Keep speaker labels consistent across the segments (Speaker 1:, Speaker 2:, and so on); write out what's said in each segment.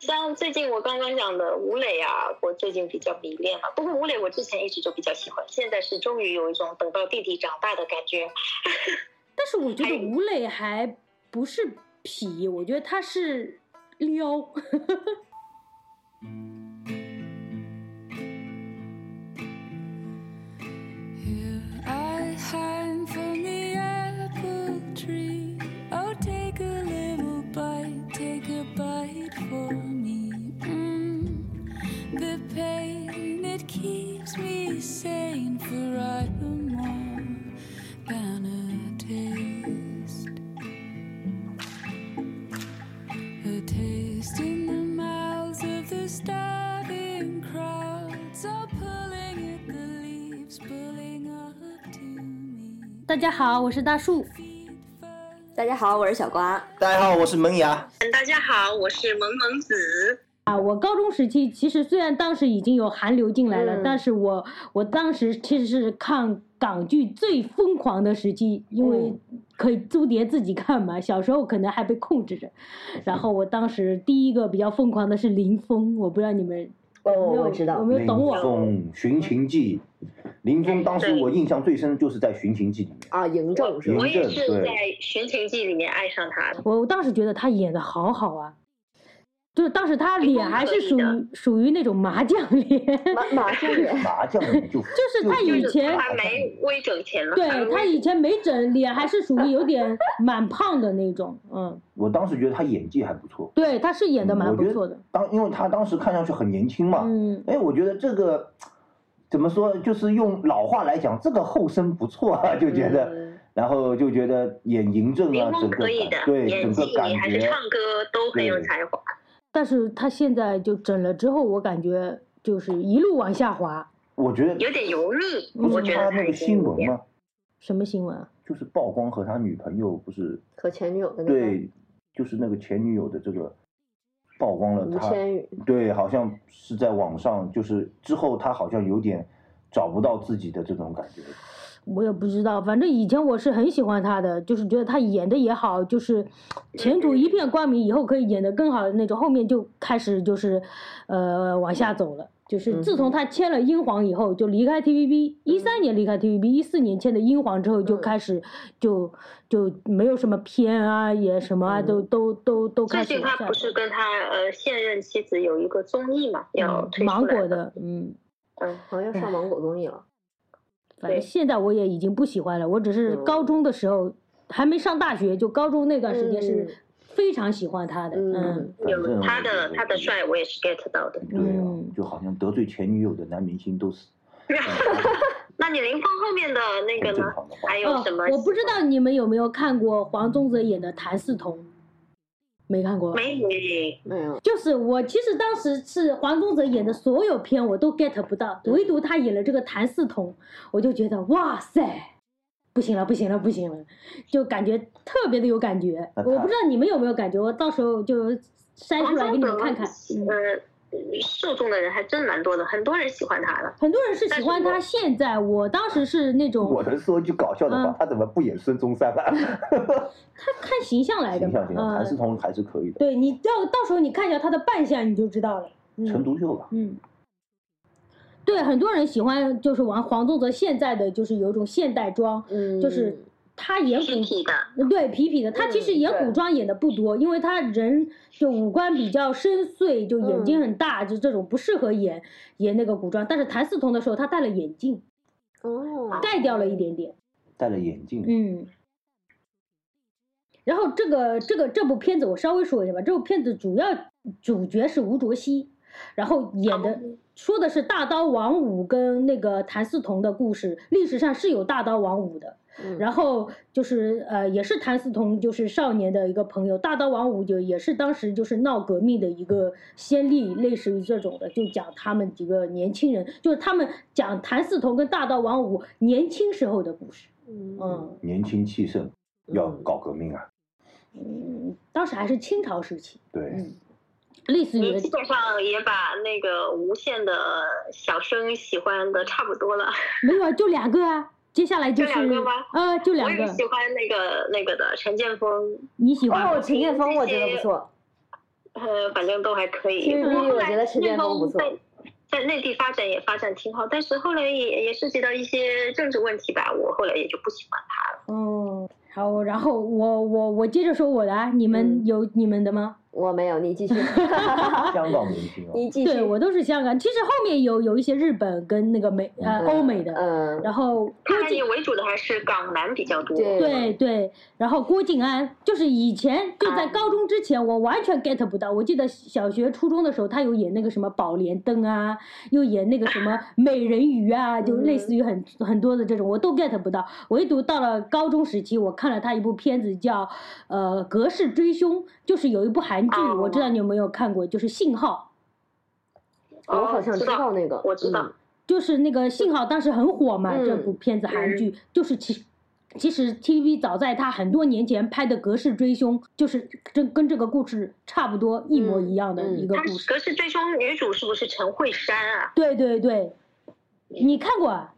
Speaker 1: 像最近我刚刚讲的吴磊啊，我最近比较迷恋了。不过吴磊我之前一直就比较喜欢，现在是终于有一种等到弟弟长大的感觉。
Speaker 2: 但是我觉
Speaker 1: 还
Speaker 2: 得吴磊还不是痞，我觉得他是撩。
Speaker 3: Here I hang from the apple tree. Oh, take a little bite, take a bite for me. Mm, the pain it keeps me sane, for I am more than a taste. A taste in the mouths of the starving crowds are pulling at the leaves, pulling up to me.
Speaker 2: 大家好，我是大树。
Speaker 3: Feet first.
Speaker 4: 大家好，我是小瓜。
Speaker 5: 大家好，我是萌芽。
Speaker 1: 嗯，大家好，我是萌萌子。
Speaker 2: 啊，我高中时期其实虽然当时已经有韩流进来了，
Speaker 4: 嗯
Speaker 2: 但是我我当时其实是看港剧最疯狂的时期，因为
Speaker 4: 嗯
Speaker 2: 可以租碟自己看嘛，小时候可能还被控制着。然后我当时第一个比较疯狂的是林峰，我不知道你们
Speaker 4: 哦，
Speaker 2: 有没有
Speaker 4: 我知
Speaker 2: 有
Speaker 4: 道，
Speaker 2: 没有
Speaker 5: 林
Speaker 2: 懂我？
Speaker 5: 峰《寻秦记》，林峰当时
Speaker 1: 对
Speaker 5: 我印象最深的就是在《寻秦记》里面。
Speaker 4: 啊，嬴政是吧
Speaker 1: 我？也
Speaker 5: 嬴
Speaker 1: 是
Speaker 5: 政对
Speaker 1: 在《寻秦记》里面爱上他的。
Speaker 2: 我当时觉得他演的好好啊，就是当时他脸还是属
Speaker 1: 林峰可以
Speaker 2: 于属于那种麻将 脸。
Speaker 4: 马马上是
Speaker 5: 麻将你就就是
Speaker 2: 他以
Speaker 1: 就是
Speaker 2: 前
Speaker 1: 他没微整钱了，
Speaker 2: 对
Speaker 1: 还微
Speaker 2: 他以前没整脸，还是属于有点 蛮胖的那种，嗯，
Speaker 5: 我当时觉得他演技还不错，
Speaker 2: 对，他是演的蛮
Speaker 5: 嗯我觉
Speaker 2: 不
Speaker 5: 得
Speaker 2: 错的，
Speaker 5: 当因为他当时看上去很年轻嘛，
Speaker 2: 嗯，
Speaker 5: 哎，我觉得这个怎么说，就是用老话来讲，这个后生不错啊，就觉得，
Speaker 4: 嗯
Speaker 5: 然后就觉得演嬴政
Speaker 1: 林
Speaker 5: 啊，
Speaker 1: 峰
Speaker 5: 整个
Speaker 1: 可以的
Speaker 5: 感，对
Speaker 1: 演
Speaker 5: 整
Speaker 1: 技
Speaker 5: 个感
Speaker 1: 还是
Speaker 5: 觉，
Speaker 1: 唱歌都很有才华。
Speaker 2: 但是他现在就整了之后，我感觉就是一路往下滑，
Speaker 5: 我觉得
Speaker 1: 有点油腻，
Speaker 2: 嗯
Speaker 1: 我觉得
Speaker 5: 他
Speaker 1: 他
Speaker 5: 那
Speaker 1: 已
Speaker 5: 个
Speaker 1: 经
Speaker 5: 新
Speaker 1: 有
Speaker 5: 闻
Speaker 1: 点
Speaker 5: 嘛，
Speaker 2: 什么新闻啊？
Speaker 5: 就是曝光和他女朋友不是
Speaker 4: 和前女友的那个
Speaker 5: 对，就是那个前女友的这个曝光了
Speaker 4: 吴
Speaker 5: 他，
Speaker 4: 千语，
Speaker 5: 对，好像是在网上，就是之后他好像有点找不到自己的这种感觉，
Speaker 2: 我也不知道，反正以前我是很喜欢他的，就是觉得他演的也好，就是前途一片光明，以后可以演得更好的那种。后面就开始就是，呃，往
Speaker 1: 嗯
Speaker 2: 下走了。就是自从他签了英皇以后，就离开 TVB，一
Speaker 1: 嗯
Speaker 2: 三年离开 TVB，一四年签的英皇之后就
Speaker 4: 嗯
Speaker 2: 开始就就没有什么片啊，也什么啊，
Speaker 4: 嗯
Speaker 2: 都都都都开
Speaker 1: 最近
Speaker 2: 始往
Speaker 1: 他
Speaker 2: 下
Speaker 1: 不是跟他呃现任妻子有一个综艺嘛，要
Speaker 2: 嗯
Speaker 1: 推出
Speaker 2: 芒
Speaker 1: 来
Speaker 2: 果，的，嗯，
Speaker 1: 嗯，
Speaker 4: 好像要上芒果综艺了。
Speaker 2: 反
Speaker 1: 对
Speaker 2: 正现在我也已经不喜欢了，我只是
Speaker 4: 嗯
Speaker 2: 高中的时候、还没上大学，就高中那段时间是
Speaker 4: 嗯
Speaker 2: 非常喜欢他的，嗯
Speaker 4: 嗯，
Speaker 5: 反
Speaker 1: 有
Speaker 5: 正
Speaker 1: 他
Speaker 5: 我觉
Speaker 1: 的
Speaker 5: 得
Speaker 1: 他的帅，我也是 get 到的。
Speaker 5: 对啊
Speaker 2: 嗯，
Speaker 5: 就好像得罪前女友的男明星 都是
Speaker 1: 那你林峰后面的那个
Speaker 5: 很正
Speaker 1: 呢？
Speaker 5: 常的话
Speaker 1: 还。有什么？
Speaker 2: 哦我不知道你们有没有看过黄宗泽演的《谭嗣同》，没看过吧。
Speaker 1: 没没
Speaker 4: 没有，
Speaker 2: 就是我，其实当时是黄宗泽演的所有片我都 get 不到，唯独他演了这个谭嗣同，我就觉得哇塞，不行了，不行了，不行了，就感觉特别的有感觉。
Speaker 5: 那
Speaker 2: 我
Speaker 5: 他
Speaker 2: 不知道你们有没有感觉，我到时候就筛出
Speaker 1: 黄
Speaker 2: 来
Speaker 1: 宗
Speaker 2: 给你们
Speaker 1: 泽
Speaker 2: 看看。嗯
Speaker 1: 呃，受众的人还真蛮多的，很多人喜欢他的。
Speaker 2: 很多人是喜
Speaker 1: 但
Speaker 2: 欢
Speaker 1: 是
Speaker 2: 他，
Speaker 1: 我
Speaker 2: 现在我当时是那
Speaker 5: 我
Speaker 2: 种
Speaker 5: 能说句搞笑的话
Speaker 2: 嗯，
Speaker 5: 他怎么不演孙中山了？
Speaker 2: 他看形象来的
Speaker 5: 形
Speaker 2: 嘛
Speaker 5: 象，形象，谭嗣
Speaker 2: 嗯，
Speaker 5: 同还是可以的，
Speaker 2: 对你到到时候你看一下他的扮相，你就知道了。
Speaker 5: 陈
Speaker 2: 嗯
Speaker 5: 独秀吧，
Speaker 2: 嗯，对，很多人喜欢就是玩黄宗泽现在的就是有一种现代装，
Speaker 4: 嗯，
Speaker 2: 就是他演
Speaker 1: 具
Speaker 2: 古
Speaker 1: 体的，
Speaker 2: 对痞痞的，他其实
Speaker 4: 嗯
Speaker 2: 演
Speaker 4: 对
Speaker 2: 古装演的不多，因为他人就五官比较深邃，就眼睛
Speaker 4: 嗯
Speaker 2: 很大，就这种不适合演演那个古装。但是谭嗣同的时候，他戴了眼
Speaker 4: 嗯
Speaker 2: 镜，
Speaker 4: 哦，
Speaker 2: 盖掉了一点点。
Speaker 5: 戴了眼镜，
Speaker 2: 嗯。然后这个这个这部片子我稍微说一下吧，这部片子主要主角是吴卓羲，然后演的、说的是大刀王五跟那个谭嗣同的故事，历史上是有大刀王五的，
Speaker 4: 嗯
Speaker 2: 然后就是呃也是谭嗣同就是少年的一个朋友，大刀王五就也是当时就是闹革命的一个先例，类似于这种的，就讲他们几个年轻人，就是他们讲谭嗣同跟大刀王五年轻时候的故事，嗯。
Speaker 5: 年轻气盛，要
Speaker 4: 嗯
Speaker 5: 搞革命啊，
Speaker 2: 嗯，当时还是清朝时期，
Speaker 5: 对，
Speaker 2: 嗯，类似于
Speaker 1: 你基本上也把那个无限的小生喜欢的差不多了。
Speaker 2: 没有啊，就两个啊。接下来就是
Speaker 1: 就两个吗
Speaker 2: 呃，就
Speaker 1: 我
Speaker 2: 两
Speaker 1: 也
Speaker 2: 个
Speaker 1: 喜。欢那个那个的陈建锋，
Speaker 2: 你喜欢？
Speaker 4: 哦，陈建锋我觉得不错，
Speaker 1: 呃，反正都还可以。
Speaker 4: TVB
Speaker 1: 不过后
Speaker 4: 我
Speaker 1: 来
Speaker 4: 觉得时间
Speaker 1: 那
Speaker 4: 风
Speaker 1: 个
Speaker 4: 不错
Speaker 1: 在在内地发展也发展挺好，但是后来也也涉及到一些政治问题吧，我后来也就不喜欢他了。
Speaker 2: 哦，好，然后我我我接着说我的，啊，你们
Speaker 4: 嗯
Speaker 2: 有你们的吗？
Speaker 4: 我没有，你继续，
Speaker 5: 香港明星啊，
Speaker 4: 你继续。
Speaker 2: 对我都是香港，其实后面有有一些日本跟那个美呃
Speaker 4: 嗯
Speaker 2: 欧美的，
Speaker 4: 嗯，
Speaker 2: 然后
Speaker 1: 看来你为主的还是港男比较多。
Speaker 4: 对
Speaker 2: 对对，然后郭晋安就是以前就在
Speaker 1: 啊
Speaker 2: 高中之前，我完全 get 不到。我记得小学、初中的时候，他有演那个什么《宝莲灯》啊，又演那个什么《美人鱼》啊，就类似于很、很多的这种，我都 get 不到。唯独到了高中时期，我看了他一部片子叫呃《隔世追凶》，就是有一部韩剧，我知道你有没有看过，就是《信号》。
Speaker 4: 我好像
Speaker 1: 哦
Speaker 4: 知
Speaker 1: 知
Speaker 4: 道
Speaker 1: 道
Speaker 4: 那个，
Speaker 1: 我知道
Speaker 4: 嗯，
Speaker 2: 就是那个幸好当时很火嘛，
Speaker 4: 嗯
Speaker 2: 这部片子韩剧就是其。其实 TV 早在他很多年前拍的《隔世追凶》，就是跟跟这个故事差不多一模一样的
Speaker 4: 嗯嗯
Speaker 2: 一个
Speaker 1: 他
Speaker 2: 故
Speaker 1: 是
Speaker 2: 事。
Speaker 1: 格式追凶女主是不是陈慧珊啊？
Speaker 2: 对对对，你看过啊？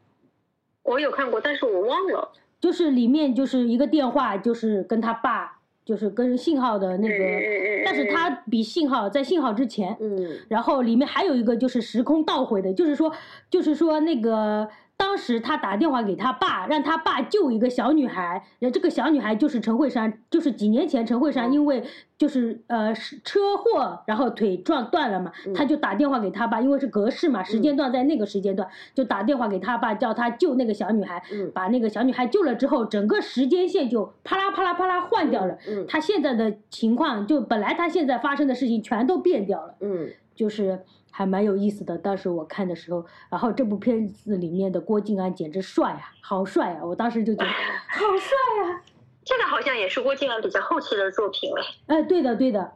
Speaker 1: 我有看过，但是我忘了。
Speaker 2: 就是里面就是一个电话，就是跟他爸，就是跟信号的那
Speaker 1: 嗯嗯
Speaker 2: 个，
Speaker 1: 嗯嗯。
Speaker 2: 但是他比信号在信号之前，
Speaker 4: 嗯
Speaker 2: 然后里面还有一个就是时空倒回的，就是说，就是说那个当时他打电话给他爸，让他爸救一个小女孩，然后这个小女孩就是陈慧珊，就是几年前陈慧珊
Speaker 4: 嗯
Speaker 2: 因为就是呃是车祸，然后腿撞断了嘛，
Speaker 4: 嗯
Speaker 2: 他就打电话给他爸，因为是格式嘛，时间段在那个时间段，就打电话给他爸，叫他救那个小女孩，
Speaker 4: 嗯
Speaker 2: 把那个小女孩救了之后，整个时间线就啪啦啪啦啪啦换掉了。
Speaker 4: 嗯
Speaker 2: 他现在的情况，就本来他现在发生的事情全都变掉了。
Speaker 4: 嗯
Speaker 2: 就是还蛮有意思的。当时我看的时候，然后这部片子里面的郭晋安简直帅啊，好帅啊！我当时就觉得好帅啊！
Speaker 1: 这个好像也是郭敬明比较后期的作品了。
Speaker 2: 哎，对的，对的。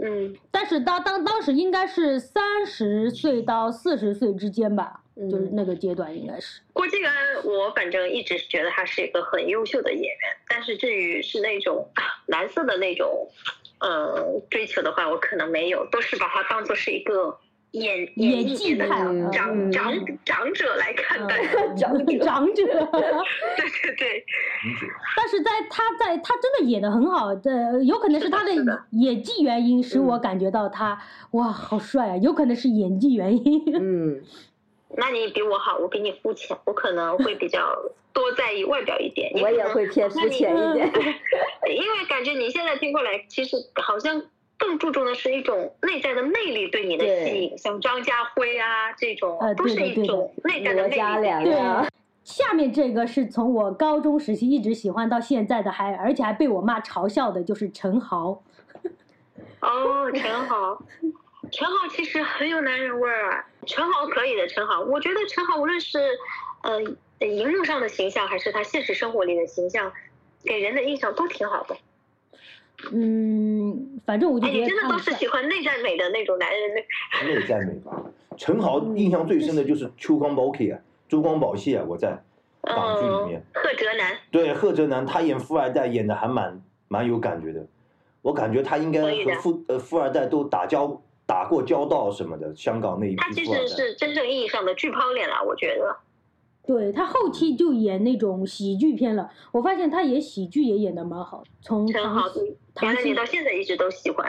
Speaker 1: 嗯，
Speaker 2: 但是当当当时应该是三十岁到四十岁之间吧，
Speaker 4: 嗯
Speaker 2: 就是那个阶段应该是。
Speaker 1: 郭敬安，我反正一直觉得他是一个很优秀的演员，但是至于是那种啊蓝色的那种，嗯，追求的话，我可能没有，都是把他当做是一个演
Speaker 2: 演
Speaker 1: 艺
Speaker 2: 技
Speaker 1: 界的
Speaker 2: 派啊，
Speaker 1: 长
Speaker 2: 嗯
Speaker 1: 长长者来看待。
Speaker 2: 嗯
Speaker 4: 长 者
Speaker 2: 长者。
Speaker 1: 对对对，
Speaker 5: 女主
Speaker 2: 但是在他在他真的演的很好的，有可能是他
Speaker 1: 是的
Speaker 2: 的演技原因使我
Speaker 4: 嗯
Speaker 2: 感觉到他、哇好帅啊，有可能是演技原因。
Speaker 4: 嗯
Speaker 1: 那你比我好，我比你肤浅，我可能会比较多在意外表一点。你
Speaker 4: 我
Speaker 1: 可
Speaker 4: 也
Speaker 1: 能
Speaker 4: 会偏肤
Speaker 1: 那你
Speaker 4: 浅一点。
Speaker 1: 因为感觉你现在听过来，其实好像更注重的是一种内在的魅力对你的
Speaker 4: 对
Speaker 1: 吸引，像张家辉啊这种，
Speaker 2: 呃
Speaker 1: 都
Speaker 2: 对
Speaker 1: 是
Speaker 2: 的对
Speaker 1: 一
Speaker 2: 的
Speaker 1: 种内在的
Speaker 4: 罗
Speaker 1: 魅
Speaker 4: 嘉
Speaker 1: 力。
Speaker 4: 良
Speaker 2: 对
Speaker 4: 呀，
Speaker 2: 下面这个是从我高中时期一直喜欢到现在的还，而且还被我妈嘲笑的，就是陈豪。
Speaker 1: 哦，陈豪， 陈豪其实很有男人味儿啊。陈豪可以的，陈豪，我觉得陈豪无论是呃荧幕上的形象，还是他现实生活里的形象，给人的印象都挺好的。
Speaker 2: 嗯，反正我就
Speaker 1: 哎，
Speaker 2: 觉
Speaker 1: 你
Speaker 2: 得
Speaker 1: 真的
Speaker 2: 他
Speaker 1: 都
Speaker 2: 很
Speaker 1: 是
Speaker 2: 帅。
Speaker 1: 喜欢内在美的那种男人的。
Speaker 5: 内在美吧。陈豪印象最深的就是秋光宝气啊，周光宝气啊，我在港剧里面
Speaker 1: 嗯嗯，，贺哲南，
Speaker 5: 对贺哲南他演富二代演的还蛮蛮有感觉的，我感觉他应该
Speaker 1: 可以
Speaker 5: 和
Speaker 1: 的
Speaker 5: 富呃富二代都打交打过交道什么的，香港那一
Speaker 1: 他
Speaker 5: 批
Speaker 1: 其
Speaker 5: 富二
Speaker 1: 实
Speaker 5: 代。
Speaker 1: 是真正意义上的巨抛脸啊了，我觉得。
Speaker 2: 对他后期就演那种喜剧片了，我发现他演喜剧也演的蛮好的。从
Speaker 1: 陈
Speaker 2: 唐
Speaker 1: 豪
Speaker 2: 戏，
Speaker 1: 原
Speaker 2: 唐
Speaker 1: 来你
Speaker 2: 戏
Speaker 1: 到，现在一直都喜欢。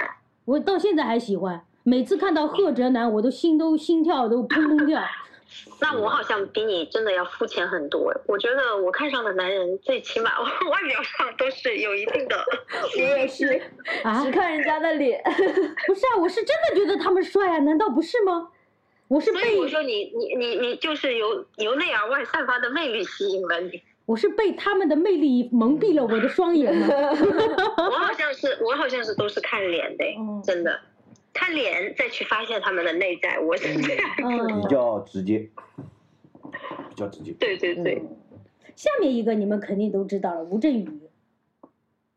Speaker 2: 我到现在还喜欢。每次看到贺哲南，我都心都心跳都砰砰 跳。
Speaker 1: 那我好像比你真的要肤浅很多。欸我觉得我看上的男人，最起码外表上都是有一定的
Speaker 4: 我 也是，
Speaker 2: 啊
Speaker 4: 只，看人家的脸。
Speaker 2: 不是啊，我是真的觉得他们帅啊，难道不是吗？我是
Speaker 1: 所以
Speaker 2: 被
Speaker 1: 我说你你你你就是由由内而外散发的魅力吸引了你。
Speaker 2: 我是被他们的魅力蒙蔽了我的双 眼吗？
Speaker 1: 我好像是我好像是都是看脸的欸
Speaker 2: 嗯，
Speaker 1: 真的，看脸再去发现他们的内在，我是这样。
Speaker 2: 嗯
Speaker 5: 比，较直接，比较直接。
Speaker 1: 对对对，
Speaker 2: 下面一个你们肯定都知道了，吴镇宇。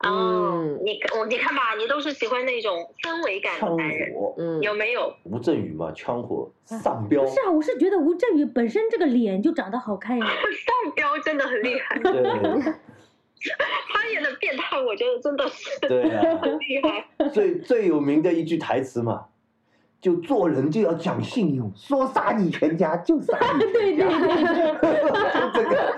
Speaker 1: 哦
Speaker 4: 嗯，
Speaker 1: 你看我你看吧，你都是喜欢那种氛围感的
Speaker 5: 枪
Speaker 1: 男人，嗯
Speaker 5: 火，
Speaker 4: 嗯，
Speaker 1: 有没有？
Speaker 5: 吴镇宇嘛，枪火丧彪
Speaker 2: 不，是啊，我是觉得吴镇宇本身这个脸就长得好看呀。
Speaker 1: 上标真的很
Speaker 2: 嗯
Speaker 1: 厉害，
Speaker 5: 对
Speaker 1: 他演的变态，我觉得真的是
Speaker 5: 对啊，
Speaker 1: 很厉害。
Speaker 5: 最最有名的一句台词嘛，就做人就要讲信用，说杀你全家就杀你全 家。这个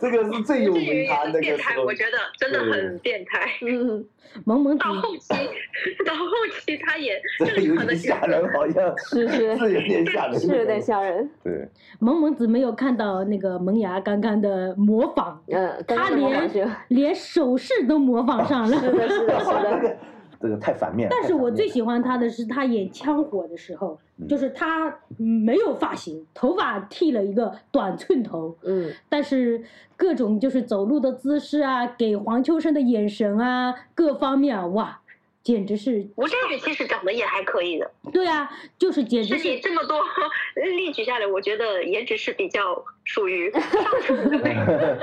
Speaker 5: 这个是最有
Speaker 1: 这
Speaker 5: 名
Speaker 1: 语
Speaker 5: 堂
Speaker 1: 言
Speaker 5: 那
Speaker 1: 变
Speaker 5: 个时
Speaker 1: 态，
Speaker 5: 候
Speaker 1: 我。觉得真的很变态。
Speaker 4: 嗯，
Speaker 2: 萌萌
Speaker 1: 到
Speaker 2: 迪，
Speaker 1: 后期， 到后期他也
Speaker 5: 这
Speaker 1: 正
Speaker 5: 个有
Speaker 1: 常的
Speaker 5: 点吓人，好像
Speaker 4: 是是
Speaker 5: 是有点吓人，
Speaker 4: 是有点。吓人。
Speaker 5: 对，
Speaker 2: 萌萌子没有看到那个萌芽刚刚的模仿，
Speaker 4: 嗯，刚
Speaker 2: 他
Speaker 4: 刚的模仿
Speaker 2: 连
Speaker 4: 是
Speaker 2: 连手势都模仿上了。
Speaker 4: 是的，是的，是
Speaker 5: 这
Speaker 4: 的。
Speaker 5: 个这个太反面了。
Speaker 2: 但是
Speaker 5: 太反
Speaker 2: 我
Speaker 5: 面
Speaker 2: 最
Speaker 5: 了
Speaker 2: 喜欢他的是他演枪火的时候，就是他没有发型，头发剃了一个短寸头，
Speaker 4: 嗯，
Speaker 2: 但是各种就是走路的姿势啊，给黄秋生的眼神啊，各方面啊，哇，简直是，
Speaker 1: 吴镇宇其实长得也还可以的，
Speaker 2: 对啊，就是简直
Speaker 1: 是你
Speaker 2: 是，
Speaker 1: 这么多 例举下来，我觉得颜值是比较属于 上乘的那个。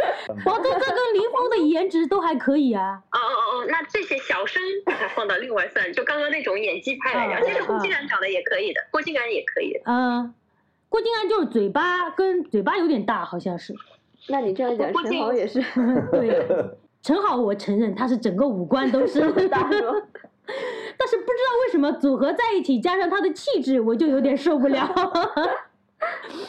Speaker 2: 王这这哦跟林峰的颜值都还可以啊，
Speaker 1: 哦哦哦，那这些小生把它放到另外算，就刚刚那种演技派来
Speaker 2: 啊
Speaker 1: 讲，其实
Speaker 2: 啊
Speaker 1: 胡金铨长得也可以的，郭靖安也可以的。
Speaker 2: 嗯。郭靖安就是嘴巴跟嘴巴有点大，好像是。
Speaker 4: 那你这样讲，
Speaker 1: 我估
Speaker 4: 陈
Speaker 1: 计
Speaker 4: 豪 也是
Speaker 2: 对，陈好，我承认他是整个五官都是
Speaker 4: 大叔。
Speaker 2: 但是不知道为什么组合在一起，加上他的气质，我就有点受不了。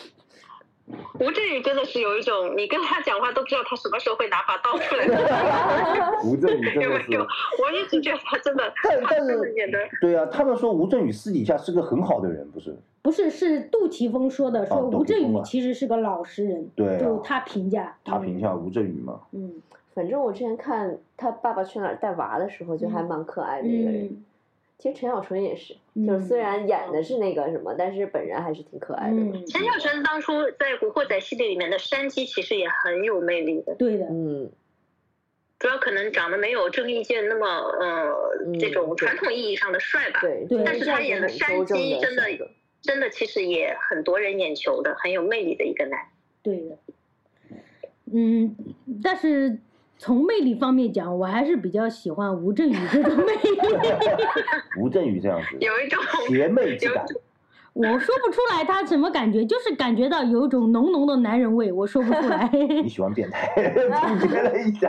Speaker 1: 吴镇宇真的是有一种，你跟他讲话都不知道他什么时候会拿把刀出来的，
Speaker 5: 吴镇宇真
Speaker 1: 有
Speaker 5: 的
Speaker 1: 没
Speaker 5: 是
Speaker 1: 有？我一直觉得他真的，
Speaker 5: 但
Speaker 1: 他
Speaker 5: 但
Speaker 1: 真的
Speaker 5: 是
Speaker 1: 演的，
Speaker 5: 对啊，他们说吴镇宇私底下是个很好的人，不是？
Speaker 2: 不是，是杜琪峰说的，说
Speaker 5: 哦
Speaker 2: 吴镇
Speaker 5: 杜琪
Speaker 2: 宇
Speaker 5: 峰啊
Speaker 2: 其实是个老实人，
Speaker 5: 对啊
Speaker 2: 就他评价，
Speaker 5: 他评价吴镇宇嘛，
Speaker 2: 嗯，
Speaker 4: 反正我之前看他《爸爸去哪儿》带娃的时候，就还
Speaker 2: 嗯
Speaker 4: 蛮可爱的一个人。
Speaker 2: 嗯
Speaker 4: 其实陈小春也是，就是虽
Speaker 2: 嗯
Speaker 4: 然演的是那个什么，但是本人还是挺可爱的。
Speaker 2: 嗯，
Speaker 1: 陈小春当初在《古惑仔》系列里面的山鸡其实也很有魅力的，
Speaker 2: 对的，
Speaker 4: 嗯，
Speaker 1: 主要可能长得没有郑伊健那么呃
Speaker 4: 嗯
Speaker 1: 这种
Speaker 4: 对
Speaker 1: 传统意义上的帅吧。
Speaker 4: 对，
Speaker 2: 对
Speaker 4: 这
Speaker 2: 但
Speaker 1: 是
Speaker 4: 这
Speaker 1: 他
Speaker 4: 样
Speaker 1: 演
Speaker 4: 子
Speaker 1: 的
Speaker 4: 很
Speaker 1: 山
Speaker 4: 周正
Speaker 1: 鸡真的
Speaker 4: 帅哥
Speaker 1: 真的其实也很多人眼球的，很有魅力的一个男。
Speaker 2: 对的，嗯，但是从魅力方面讲，我还是比较喜欢吴镇宇这种魅力。
Speaker 5: 吴镇宇这样子，
Speaker 1: 有一种
Speaker 5: 邪魅之感，
Speaker 2: 我说不出来他什么感觉，就是感觉到有一种浓浓的男人味，我说不出 来。
Speaker 5: 你喜欢变态，总结了一下，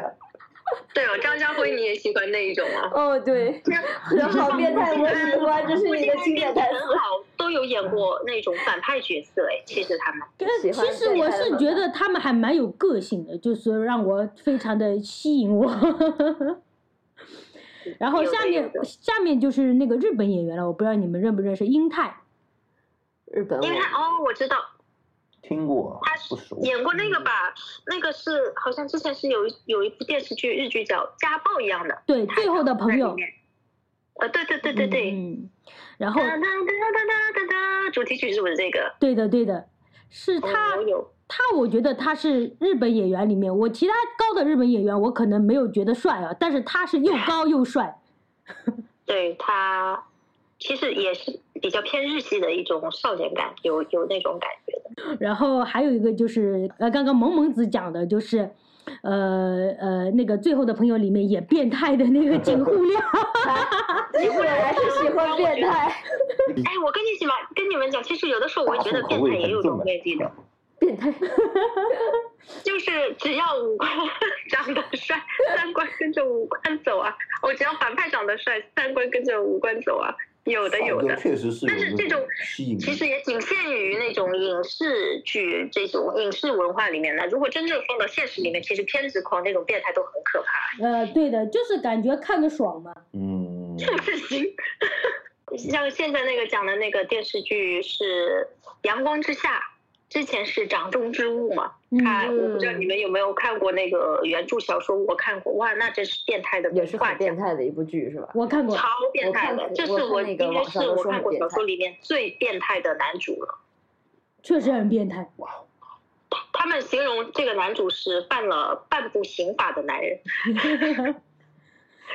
Speaker 1: 对哦，张家辉你也喜欢那一种啊？
Speaker 4: 哦，
Speaker 2: 嗯
Speaker 4: 对，
Speaker 1: 人
Speaker 4: 好变态我喜欢这是你的经典台词
Speaker 1: 很好，都有演过那种反派角色哎，其实他们
Speaker 4: 喜欢
Speaker 2: 其实
Speaker 4: 变
Speaker 2: 我
Speaker 4: 态的
Speaker 2: 是
Speaker 4: 冷
Speaker 2: 觉
Speaker 4: 淡
Speaker 2: 得他们还蛮有个性的，就是让我非常的吸 引我。然后
Speaker 1: 有的
Speaker 2: 下
Speaker 1: 有
Speaker 2: 面
Speaker 1: 的
Speaker 2: 下面就是那个日本演员了，我不知道你们认不认识英泰，
Speaker 4: 日本我
Speaker 1: 因为他哦，我知道
Speaker 5: 听过
Speaker 1: 他
Speaker 5: 不熟，
Speaker 1: 演过那个吧，那个是好像之前是有一有一部电视剧日剧叫《家暴》一样的，
Speaker 2: 对，
Speaker 1: 他
Speaker 2: 最后的朋
Speaker 1: 在
Speaker 2: 友
Speaker 1: 里，面。呃，对对对对对，
Speaker 2: 哦嗯，
Speaker 1: 哒
Speaker 2: 然后
Speaker 1: 哒哒哒哒哒，主题曲是不是这个？
Speaker 2: 对的对的，是他
Speaker 1: 嗯我有
Speaker 2: 他我觉得他是日本演员里面，我其他高的日本演员我可能没有觉得帅啊，但是他是又高又帅，
Speaker 1: 对他，其实也是比较偏日系的一种少年感，有有那种感觉的。
Speaker 2: 然后还有一个就是，呃，刚刚萌萌子讲的，就是，呃呃，那个最后的朋友里面演变态的那个井户亮，
Speaker 4: 日本人还是喜欢变态，
Speaker 1: 哎，我跟你讲，跟你们讲，其实有的时候我
Speaker 5: 大
Speaker 1: 觉
Speaker 5: 众
Speaker 1: 得
Speaker 5: 口
Speaker 1: 变
Speaker 5: 味
Speaker 1: 态也
Speaker 5: 很
Speaker 1: 有
Speaker 5: 重啊
Speaker 1: 种
Speaker 5: 的
Speaker 1: 魅力的，
Speaker 4: 变态，
Speaker 1: 就是只要五官 长得帅，三观跟着五官走啊。我只要反派长得帅，三观跟着五官走啊，有的有
Speaker 5: 帅哥
Speaker 1: 的。
Speaker 5: 确实是有
Speaker 1: 但是这种
Speaker 5: 吸引力，
Speaker 1: 其实也仅限于那种影视剧这种影视文化里面的。如果真正放到现实里面，其实偏执狂那种变态都很可怕。
Speaker 2: 呃，对的，就是感觉看个爽嘛，
Speaker 5: 嗯，
Speaker 1: 自行。像现在那个讲的那个电视剧是《阳光之下》，之前是《掌中之物》嘛。看，
Speaker 2: 嗯，
Speaker 1: 我不知道你们有没有看过那个原著小说，我看过，哇，那真是变态的
Speaker 4: 也是
Speaker 1: 画
Speaker 4: 很变
Speaker 1: 家，
Speaker 4: 态的一部剧是吧？
Speaker 2: 我看过，
Speaker 1: 超变态
Speaker 4: 我
Speaker 1: 的，
Speaker 4: 看
Speaker 1: 这
Speaker 4: 我
Speaker 1: 是
Speaker 4: 看
Speaker 1: 我
Speaker 4: 那
Speaker 1: 应
Speaker 4: 个
Speaker 1: 该
Speaker 4: 网
Speaker 1: 是
Speaker 4: 上都
Speaker 1: 我
Speaker 4: 说
Speaker 1: 看
Speaker 4: 很
Speaker 1: 过
Speaker 4: 变
Speaker 1: 小
Speaker 4: 态
Speaker 1: 说里面最变态的男主了。
Speaker 2: 确实很变态，
Speaker 1: 他们形容这个男主是犯了半部刑法的男人，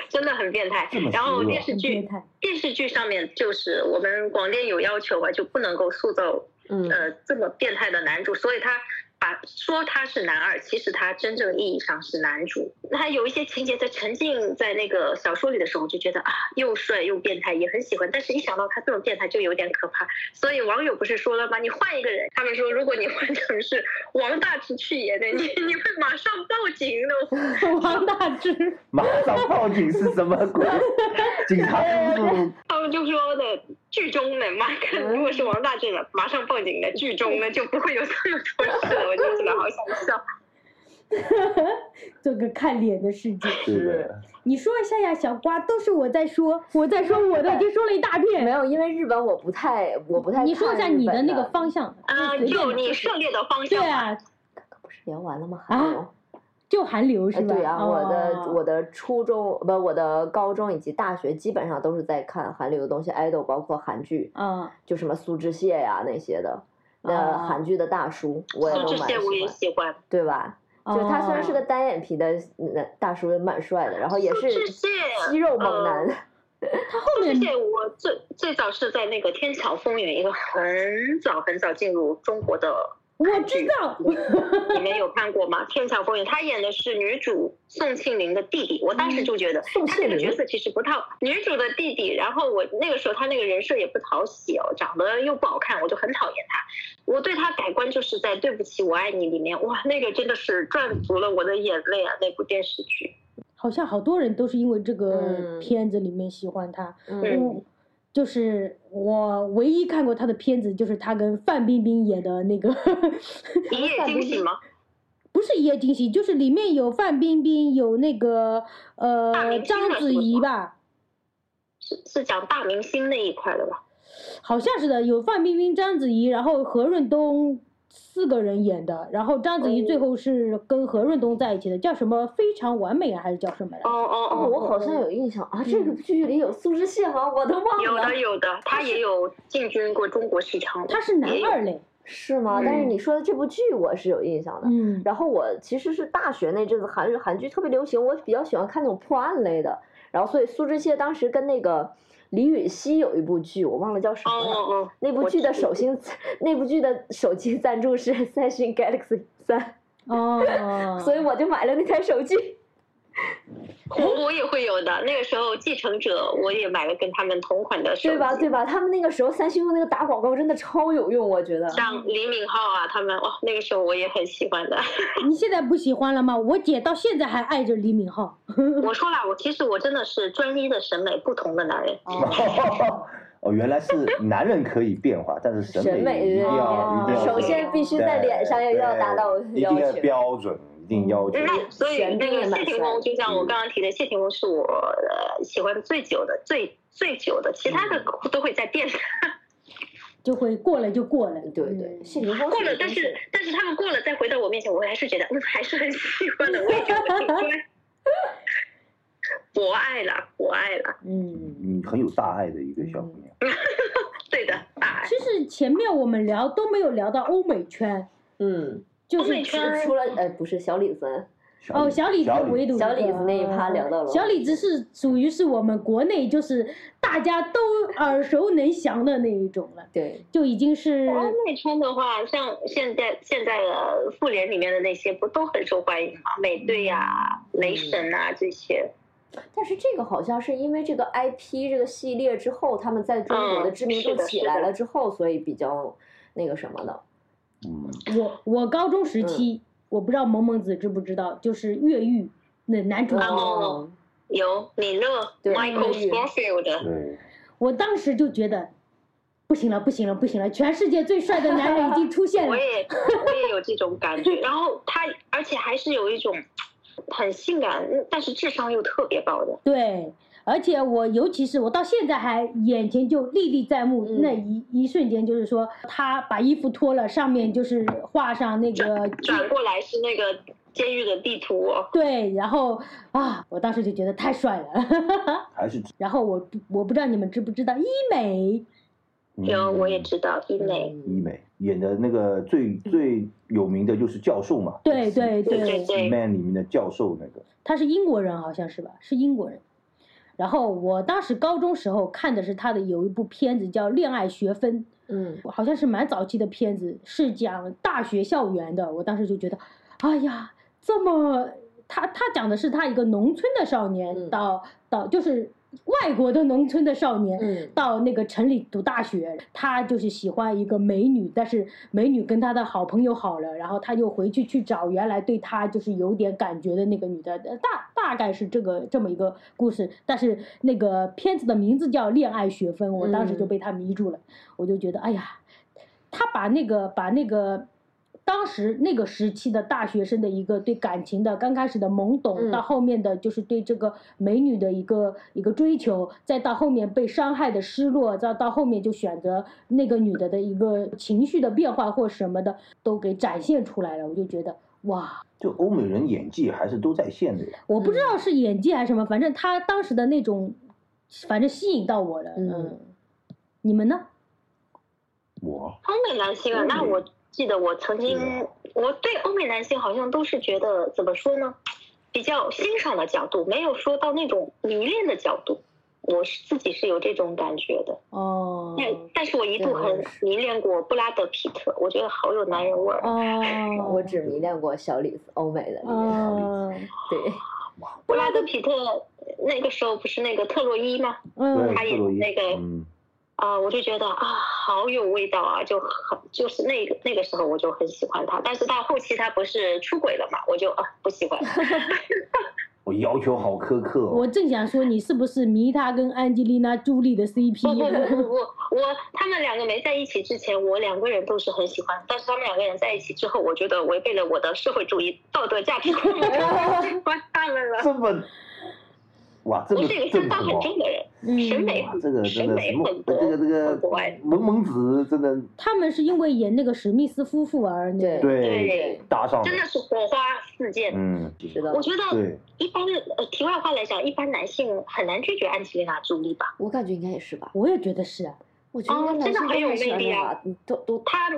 Speaker 1: 真的很变态
Speaker 5: 这么。
Speaker 1: 然后
Speaker 5: 邪恶
Speaker 1: 电视
Speaker 2: 很
Speaker 1: 剧
Speaker 2: 变态，
Speaker 1: 电视剧上面就是我们广电有要求啊，就不能够塑造
Speaker 4: 嗯，
Speaker 1: 呃这么变态的男主，所以他把说他是男二，其实他真正意义上是男主。那还有一些情节在沉浸在那个小说里的时候，就觉得啊又帅又变态，也很喜欢。但是一想到他这种变态，就有点可怕。所以网友不是说了吗？你换一个人，他们说如果你换成是王大治去演的，你你会马上报警的。
Speaker 2: 王大治，
Speaker 1: 哎
Speaker 5: 马上报警是什么鬼？警察叔叔
Speaker 1: 他们就就说的剧中呢，妈看如果是王大治的，马上报警的剧中呢就不会有这么多事了，我就觉得好想笑。
Speaker 2: 这个看脸的世界。
Speaker 5: 对的，
Speaker 2: 你说一下呀，小瓜，都是我在说，我在说我的，就说了一大
Speaker 4: 没
Speaker 2: 片。
Speaker 4: 有，因为日本我不太，我不太。
Speaker 2: 你说一下你的那个，方向
Speaker 1: 啊、
Speaker 2: 就随便
Speaker 1: 就
Speaker 2: 吧
Speaker 1: 你涉猎的方
Speaker 2: 对
Speaker 1: 向，
Speaker 2: 啊，
Speaker 4: 不是聊完了吗？
Speaker 2: 啊
Speaker 4: 还有
Speaker 2: 就韩流是
Speaker 4: 哎
Speaker 2: 吧？
Speaker 4: 对啊，我的
Speaker 2: 哦
Speaker 4: 我的初中不，我的高中以及大学基本上都是在看韩流的东西，idol 包括韩剧，
Speaker 2: 嗯，
Speaker 4: 就什么苏志燮呀那些的，那
Speaker 2: 啊
Speaker 4: 韩剧的大叔我也
Speaker 1: 苏
Speaker 4: 都
Speaker 1: 志
Speaker 4: 蛮
Speaker 1: 燮我
Speaker 4: 喜
Speaker 1: 也
Speaker 4: 欢，
Speaker 1: 喜欢。
Speaker 4: 对吧？
Speaker 2: 哦
Speaker 4: 就是他虽然是个单眼皮的嗯大叔，也蛮帅的，然后也
Speaker 1: 苏志
Speaker 4: 是
Speaker 1: 燮
Speaker 4: 肌肉猛男，
Speaker 2: 他后
Speaker 1: 而
Speaker 2: 面
Speaker 1: 且我最最早是在那个《天桥风云》一个很早很早进入中国的
Speaker 2: 我知道，我
Speaker 1: 你们有看过吗？《天桥风云》，她演的是女主宋庆龄的弟弟。我当时就觉得
Speaker 4: 嗯宋
Speaker 1: 她这
Speaker 4: 庆
Speaker 1: 个角
Speaker 4: 龄
Speaker 1: 色其实不讨女主的弟弟，然后我那个时候她那个人设也不讨喜哦，长得又不好看，我就很讨厌她。我对她改观就是在《对不起我爱你》里面，哇，那个真的是赚足了我的眼泪啊！那部电视剧，
Speaker 2: 好像好多人都是因为这个
Speaker 4: 嗯
Speaker 2: 片子里面喜欢他。
Speaker 4: 嗯，
Speaker 2: 我就是我唯一看过他的片子，就是他跟范冰冰演的那个，
Speaker 1: 一夜惊喜吗？
Speaker 2: 不是《一夜惊喜》，就是里面有范冰冰，有那个
Speaker 1: 大
Speaker 2: 呃
Speaker 1: 明星
Speaker 2: 章
Speaker 1: 的
Speaker 2: 子
Speaker 1: 是不是
Speaker 2: 怡吧，
Speaker 1: 是是讲大明星那一块的吧？
Speaker 2: 好像是的，有范冰冰、章子怡，然后何润东四个人演的，然后章子怡
Speaker 1: 哦
Speaker 2: 最后是跟何润东在一起的，叫什么《非常完美》啊，还是叫什么来着
Speaker 1: 哦？哦
Speaker 4: 哦，
Speaker 1: 哦，
Speaker 4: 我好像有印象啊，这个
Speaker 2: 嗯
Speaker 4: 剧里有苏志燮吗？我都忘
Speaker 1: 嗯有
Speaker 4: 了
Speaker 1: 的，有的，他也有进军过中国市场。
Speaker 2: 他是男
Speaker 1: 也有
Speaker 2: 二嘞，
Speaker 4: 是吗？但是
Speaker 1: 嗯
Speaker 4: 你说的这部剧我是有印象的，
Speaker 2: 嗯，
Speaker 4: 然后我其实是大学那阵子韩韩剧特别流行，我比较喜欢看那种破案类的。然后所以苏志燮当时跟那个李禹锡有一部剧，我忘了叫什
Speaker 1: 哦
Speaker 4: 么了。
Speaker 1: 哦哦，
Speaker 4: 那部
Speaker 1: 我
Speaker 4: 剧的
Speaker 1: 知
Speaker 4: 首星， 那部剧的手机赞助是三星 Galaxy 三，
Speaker 1: 嗯
Speaker 2: 哦，
Speaker 4: 所以我就买了那台手机。哎
Speaker 1: 我我也会有的。那个时候，《继承者》我也买了跟他们同款的手机，
Speaker 4: 对吧？对吧？他们那个时候三星用那个打广告真的超有用，我觉得。
Speaker 1: 像李敏镐啊，他们哇，那个时候我也很喜欢的。
Speaker 2: 你现在不喜欢了吗？我姐到现在还爱着李敏镐。
Speaker 1: 我说了，我其实我真的是专一的审美，不同的男人。
Speaker 5: 哦，原来是男人可以变化，但是
Speaker 4: 审
Speaker 5: 审
Speaker 4: 美
Speaker 5: 一定
Speaker 4: 对
Speaker 5: 要一定要
Speaker 4: 首
Speaker 5: 有
Speaker 4: 先必须在
Speaker 5: 对
Speaker 4: 脸上要
Speaker 5: 对
Speaker 4: 要达到
Speaker 5: 一定
Speaker 4: 要
Speaker 5: 要
Speaker 4: 求。
Speaker 5: 标准，一定要求。
Speaker 1: 嗯那所以
Speaker 4: 玄
Speaker 1: 那
Speaker 4: 彬
Speaker 1: 个
Speaker 4: 也蛮
Speaker 1: 谢霆
Speaker 4: 帅
Speaker 1: 锋，
Speaker 4: 的
Speaker 1: 就像我刚刚提的，谢霆锋是我呃喜欢最久的、最最久的，其他的
Speaker 4: 嗯
Speaker 1: 都会在变。
Speaker 2: 就会过了就过了。
Speaker 4: 对对，
Speaker 2: 嗯
Speaker 4: 谢霆锋
Speaker 1: 过
Speaker 4: 是
Speaker 1: 了
Speaker 4: 一，
Speaker 1: 但
Speaker 4: 定
Speaker 1: 是但是他们过了再回到我面前，我还是觉得嗯，还是很喜欢 的，我也觉得挺乖。 博爱了，博爱了，
Speaker 2: 嗯，
Speaker 5: 嗯，很有大爱的一个小
Speaker 4: 嗯
Speaker 5: 姑娘。
Speaker 1: 对的，大爱。
Speaker 2: 其实前面我们聊都没有聊到欧美圈，
Speaker 4: 嗯，
Speaker 2: 就
Speaker 1: 欧美
Speaker 2: 是
Speaker 1: 圈
Speaker 4: 是除了
Speaker 1: 嗯
Speaker 4: 呃不是小李子，
Speaker 2: 哦，小李子
Speaker 5: 小李
Speaker 2: 唯独哦
Speaker 4: 小李子那一趴聊到了
Speaker 2: 小李子是属于是我们国内就是大家都耳熟能详的那一种了，
Speaker 4: 对，
Speaker 2: 就已经是
Speaker 4: 哦
Speaker 1: 欧美圈的话，像现在现在的复联里面的那些，不都很受欢迎吗？美队呀、雷神啊这些。
Speaker 4: 但是这个好像是因为这个 IP 这个系列之后，他们在中国的
Speaker 1: 嗯
Speaker 4: 知名
Speaker 1: 是
Speaker 4: 度
Speaker 1: 的
Speaker 4: 起
Speaker 1: 是
Speaker 4: 来
Speaker 1: 的
Speaker 4: 了之后，所以比较那个什么的。
Speaker 5: 嗯，
Speaker 2: 我我高中时期，
Speaker 4: 嗯
Speaker 2: 我不知道萌萌子知不知道，就是越狱那男主角，
Speaker 1: 哦，有米勒、
Speaker 4: 对
Speaker 1: Michael
Speaker 4: 嗯
Speaker 1: Scofield，
Speaker 5: 对，
Speaker 2: 我当时就觉得不行了，不行了，不行了，全世界最帅的男人已经出现了
Speaker 1: 我。也我也有这种感觉。然后他，而且还是有一种很性感，但是智商又特别高的。
Speaker 2: 对，而且我尤其是我到现在还眼前就历历在目，
Speaker 4: 嗯
Speaker 2: 那一一瞬间就是说他把衣服脱了，上面就是画上那个
Speaker 1: 转过来是那个监狱的地图、哦。
Speaker 2: 对，然后啊，我当时就觉得太帅了。
Speaker 5: 还是
Speaker 2: 然后我我不知道你们知不知道医美，
Speaker 1: 有，我也
Speaker 5: 嗯
Speaker 1: 知道医美。
Speaker 4: 嗯
Speaker 5: 医美演的那个最最有名的就是教授嘛，
Speaker 2: 嗯对对
Speaker 1: 对对
Speaker 2: 对，
Speaker 1: 对，
Speaker 5: Man 里面的教授那个，
Speaker 2: 他是英国人好像是吧？是英国人。然后我当时高中时候看的是他的有一部片子叫《恋爱学分》，
Speaker 4: 嗯，
Speaker 2: 好像是蛮早期的片子，是讲大学校园的。我当时就觉得，哎呀，这么他他讲的是他一个农村的少年
Speaker 4: 嗯
Speaker 2: 到到就是外国的农村的少年，
Speaker 4: 嗯
Speaker 2: 到那个城里读大学，他就是喜欢一个美女，但是美女跟他的好朋友好了，然后他又回去去找原来对他就是有点感觉的那个女的，呃大大概是这个这么一个故事。但是那个片子的名字叫《恋爱学分》，我当时就
Speaker 4: 嗯
Speaker 2: 被他迷住了，我就觉得哎呀，他把那个把那个。当时那个时期的大学生的一个对感情的刚开始的懵懂，
Speaker 4: 嗯
Speaker 2: 到后面的就是对这个美女的一个一个追求，再到后面被伤害的失落，再到后面就选择那个女的的一个情绪的变化或什么的，都给展现出来了。我就觉得哇，
Speaker 5: 就欧美人演技还是都在线的呀。
Speaker 2: 我不知
Speaker 4: 嗯
Speaker 2: 道是演技还是什么，反正他当时的那种，反正吸引到我了。
Speaker 4: 嗯
Speaker 2: 嗯，你们呢？
Speaker 5: 我
Speaker 1: 欧美男性啊，那我记得我曾经，我对欧美男性好像都是觉得怎么说呢，比较欣赏的角度，没有说到那种迷恋的角度。我是自己是有这种感觉的，
Speaker 2: 哦
Speaker 1: 但、但是我一度
Speaker 4: 那我也
Speaker 1: 很迷恋过布拉德皮特，我觉得好有男人味儿。嗯
Speaker 2: 哦，
Speaker 4: 我只迷恋过小李子，欧美的里面，
Speaker 2: 哦，
Speaker 4: 对，
Speaker 1: 布拉德皮特那个时候不是那个特洛伊吗？
Speaker 2: 嗯
Speaker 5: 对，
Speaker 1: 他也
Speaker 5: 特洛伊
Speaker 1: 那个
Speaker 5: 嗯，
Speaker 1: 啊、我就觉得啊，好有味道啊，就很就是那个那个时候我就很喜欢他，但是到后期他不是出轨了嘛，我就啊不喜欢。
Speaker 5: 我要求好苛刻、哦。
Speaker 2: 我正想说你是不是迷他跟安吉丽娜·朱莉的
Speaker 1: 不 不
Speaker 2: CP？
Speaker 1: 不不不， 我他们两个没在一起之前，我两个人都是很喜欢，但是他们两个人在一起之后，我觉得违背了我的社会主义道德价值观， 我就喜欢他们了。
Speaker 5: 这么，哇， 这
Speaker 1: 我
Speaker 5: 个
Speaker 1: 是一个三
Speaker 5: 这么
Speaker 1: 八很重的人，
Speaker 2: 嗯
Speaker 1: 审美
Speaker 5: 哇这个真
Speaker 1: 审
Speaker 5: 的
Speaker 1: 美很
Speaker 5: 是梦，
Speaker 1: 多，
Speaker 5: 这个这
Speaker 1: 很
Speaker 5: 个
Speaker 1: 博爱。
Speaker 5: 萌萌子真的
Speaker 2: 他们是因为演那个史密斯夫妇而那个
Speaker 4: 对
Speaker 5: 对
Speaker 1: 对，
Speaker 5: 搭上了
Speaker 1: 真，的是火花四溅。
Speaker 5: 嗯，
Speaker 4: 知道
Speaker 1: 我。觉得
Speaker 5: 对，
Speaker 1: 一般呃，题外话来讲，一般男性很难拒绝安吉丽娜·朱莉吧？
Speaker 4: 我感觉应该也是吧，
Speaker 2: 我也觉得是啊，
Speaker 4: 我觉得
Speaker 1: 哦
Speaker 4: 应该男
Speaker 1: 真的
Speaker 4: 生
Speaker 1: 很
Speaker 4: 都
Speaker 1: 有
Speaker 4: 很喜
Speaker 1: 魅
Speaker 4: 欢
Speaker 1: 力啊
Speaker 4: 她吧，嗯都都
Speaker 1: 他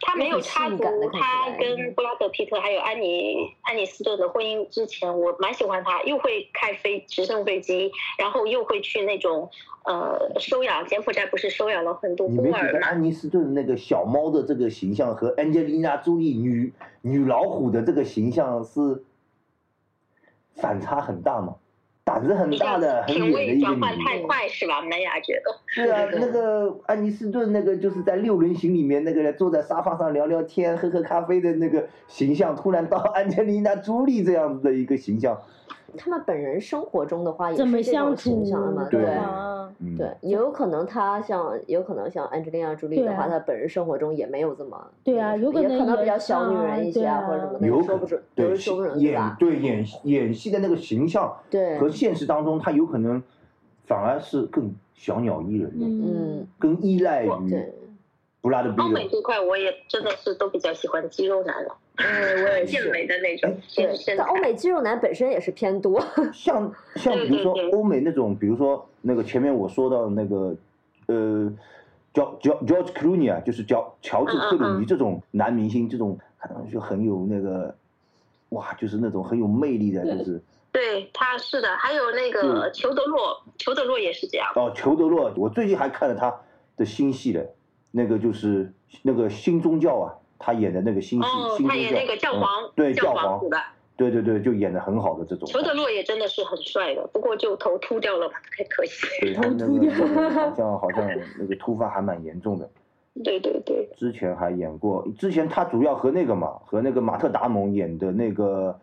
Speaker 1: 他没有插足
Speaker 4: 那很性感的哎嗯看起
Speaker 1: 他
Speaker 4: 来
Speaker 1: 跟布拉德皮特还有安妮安妮斯顿的婚姻之前，我蛮喜欢他，又会开飞直升飞机，然后又会去那种呃收养柬埔寨，不是收养了很多
Speaker 5: 你
Speaker 1: 孤
Speaker 5: 没觉
Speaker 1: 儿
Speaker 5: 得
Speaker 1: 嘛？
Speaker 5: 安妮斯顿那个小猫的这个形象和安吉丽娜·朱莉女女老虎的这个形象是反差很大吗？胆子很
Speaker 1: 比
Speaker 5: 大
Speaker 1: 较
Speaker 5: 的，很
Speaker 1: 品
Speaker 5: 野的
Speaker 1: 味
Speaker 5: 一个
Speaker 1: 转
Speaker 5: 女
Speaker 1: 换太
Speaker 5: 人。
Speaker 1: 快是吧？门牙觉得
Speaker 5: 对啊，
Speaker 4: 对对
Speaker 5: 那个安妮斯顿那个就是在六人行里面那个坐在沙发上聊聊天、喝喝咖啡的那个形象，突然到 安吉丽娜·朱莉这样子的一个形象，
Speaker 4: 他们本人生活中的话也
Speaker 2: 怎么
Speaker 4: 是这
Speaker 2: 相
Speaker 4: 种
Speaker 2: 处啊
Speaker 4: 形象的嘛，
Speaker 5: 对
Speaker 4: 对
Speaker 2: 吧？
Speaker 5: 嗯，
Speaker 4: 对，也有可能他像，也有可能像 Angelina Jolie 的
Speaker 2: 对啊
Speaker 4: 话，她本人生活中也没有这么
Speaker 2: 对
Speaker 4: 那个
Speaker 2: 啊
Speaker 4: 什
Speaker 2: 有
Speaker 4: 么
Speaker 2: 可
Speaker 4: 也
Speaker 2: 能
Speaker 4: 可能比
Speaker 2: 也
Speaker 4: 较小女人一
Speaker 2: 是
Speaker 4: 些
Speaker 2: 啊
Speaker 4: 啊，或者什么的，
Speaker 5: 有
Speaker 4: 也
Speaker 5: 可
Speaker 4: 说不
Speaker 5: 能
Speaker 4: 准，有
Speaker 5: 对
Speaker 4: 人说不准，对
Speaker 5: 演
Speaker 4: 吧？
Speaker 5: 对演演戏的那个形象
Speaker 4: 对
Speaker 5: 和，现实当中，他有可能反而是更小鸟依人的，
Speaker 2: 嗯
Speaker 4: 嗯，
Speaker 5: 更依赖于
Speaker 4: 对，
Speaker 5: 布拉德
Speaker 1: 欧
Speaker 5: 比
Speaker 1: 美
Speaker 5: 特。
Speaker 1: 这块，我也真的是都比较喜欢肌肉男了，
Speaker 4: 嗯，我也
Speaker 1: 健
Speaker 4: 是。
Speaker 1: 美的那
Speaker 5: 哎
Speaker 1: 种
Speaker 4: 对
Speaker 1: 身，身材
Speaker 4: 但。欧美肌肉男本身也是偏多，
Speaker 2: 哦
Speaker 5: 像像比如说
Speaker 1: 对对对
Speaker 5: 欧美那种，比如说那个前面我说到的那个，呃，George George George Clooney 啊，就是乔乔治
Speaker 1: 嗯嗯
Speaker 5: 克鲁尼这种男明星，这种看上去很有那个，哇，就是那种很有魅力的，就是
Speaker 1: 对，他是的，还有那
Speaker 5: 嗯
Speaker 1: 个裘德洛，裘德洛也是这样。
Speaker 5: 哦，裘德洛，我最近还看了他的新戏嘞，那个就是那个新宗教啊，他演的那个新戏，
Speaker 1: 哦，
Speaker 5: 新宗
Speaker 1: 他
Speaker 5: 教，
Speaker 1: 演那个教
Speaker 5: 嗯
Speaker 1: 皇，
Speaker 5: 对
Speaker 1: 教
Speaker 5: 教皇
Speaker 1: 主，的。
Speaker 5: 对对对，就演的很好的这种，
Speaker 1: 裘德洛也真的是很帅的，不过就头秃掉了嘛，太可惜。
Speaker 5: 对他那
Speaker 2: 头秃
Speaker 5: 个
Speaker 2: 掉
Speaker 5: 好像好像那个突发还蛮严重的。
Speaker 1: 对对对，
Speaker 5: 之前还演过，之前他主要和那个嘛，和那个马特·达蒙演的那个，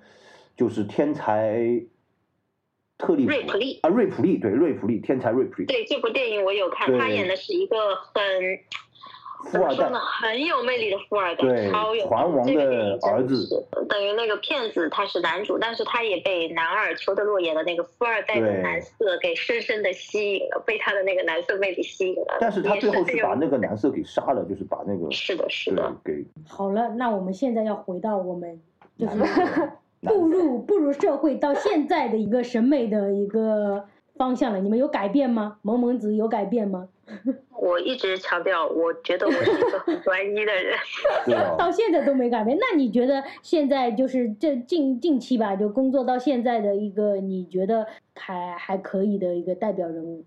Speaker 5: 就是天才特利普
Speaker 1: 瑞普利
Speaker 5: 啊，瑞普利，对，瑞普利，天才瑞普利，
Speaker 1: 对这部电影我有看，
Speaker 5: 对
Speaker 1: 他演的是一个很
Speaker 5: 富
Speaker 1: 怎么
Speaker 5: 二
Speaker 1: 说
Speaker 5: 代
Speaker 1: 呢，，很有魅力的富二代，
Speaker 5: 对
Speaker 1: 超有
Speaker 5: 环王
Speaker 1: 这个
Speaker 5: 的
Speaker 1: 电影真
Speaker 5: 儿子
Speaker 1: 是，等于那个骗子他是男主，但是他也被男二裘德洛演的那个富二代的
Speaker 5: 对
Speaker 1: 男色给深深的吸引了，被他的那个男色魅力吸引了。
Speaker 5: 但是他
Speaker 1: 也
Speaker 5: 最后是
Speaker 1: 很有
Speaker 5: 把那个男色给杀了，就是把那个
Speaker 1: 是的，是
Speaker 5: 对
Speaker 1: 的，
Speaker 5: 给
Speaker 2: 好了，那我们现在要回到我们就
Speaker 5: 男
Speaker 2: 是
Speaker 5: 的
Speaker 2: 步入步入社会到现在的一个审美的一个方向了，你们有改变吗？萌萌子有改变吗？
Speaker 1: 我一直强调，我觉得我是一个很专一的人。
Speaker 5: 对啊
Speaker 2: 到，现在都没改变。那你觉得现在就是这近近期吧，就工作到现在的一个你觉得 还还可以的一个代表人物？
Speaker 5: 嗯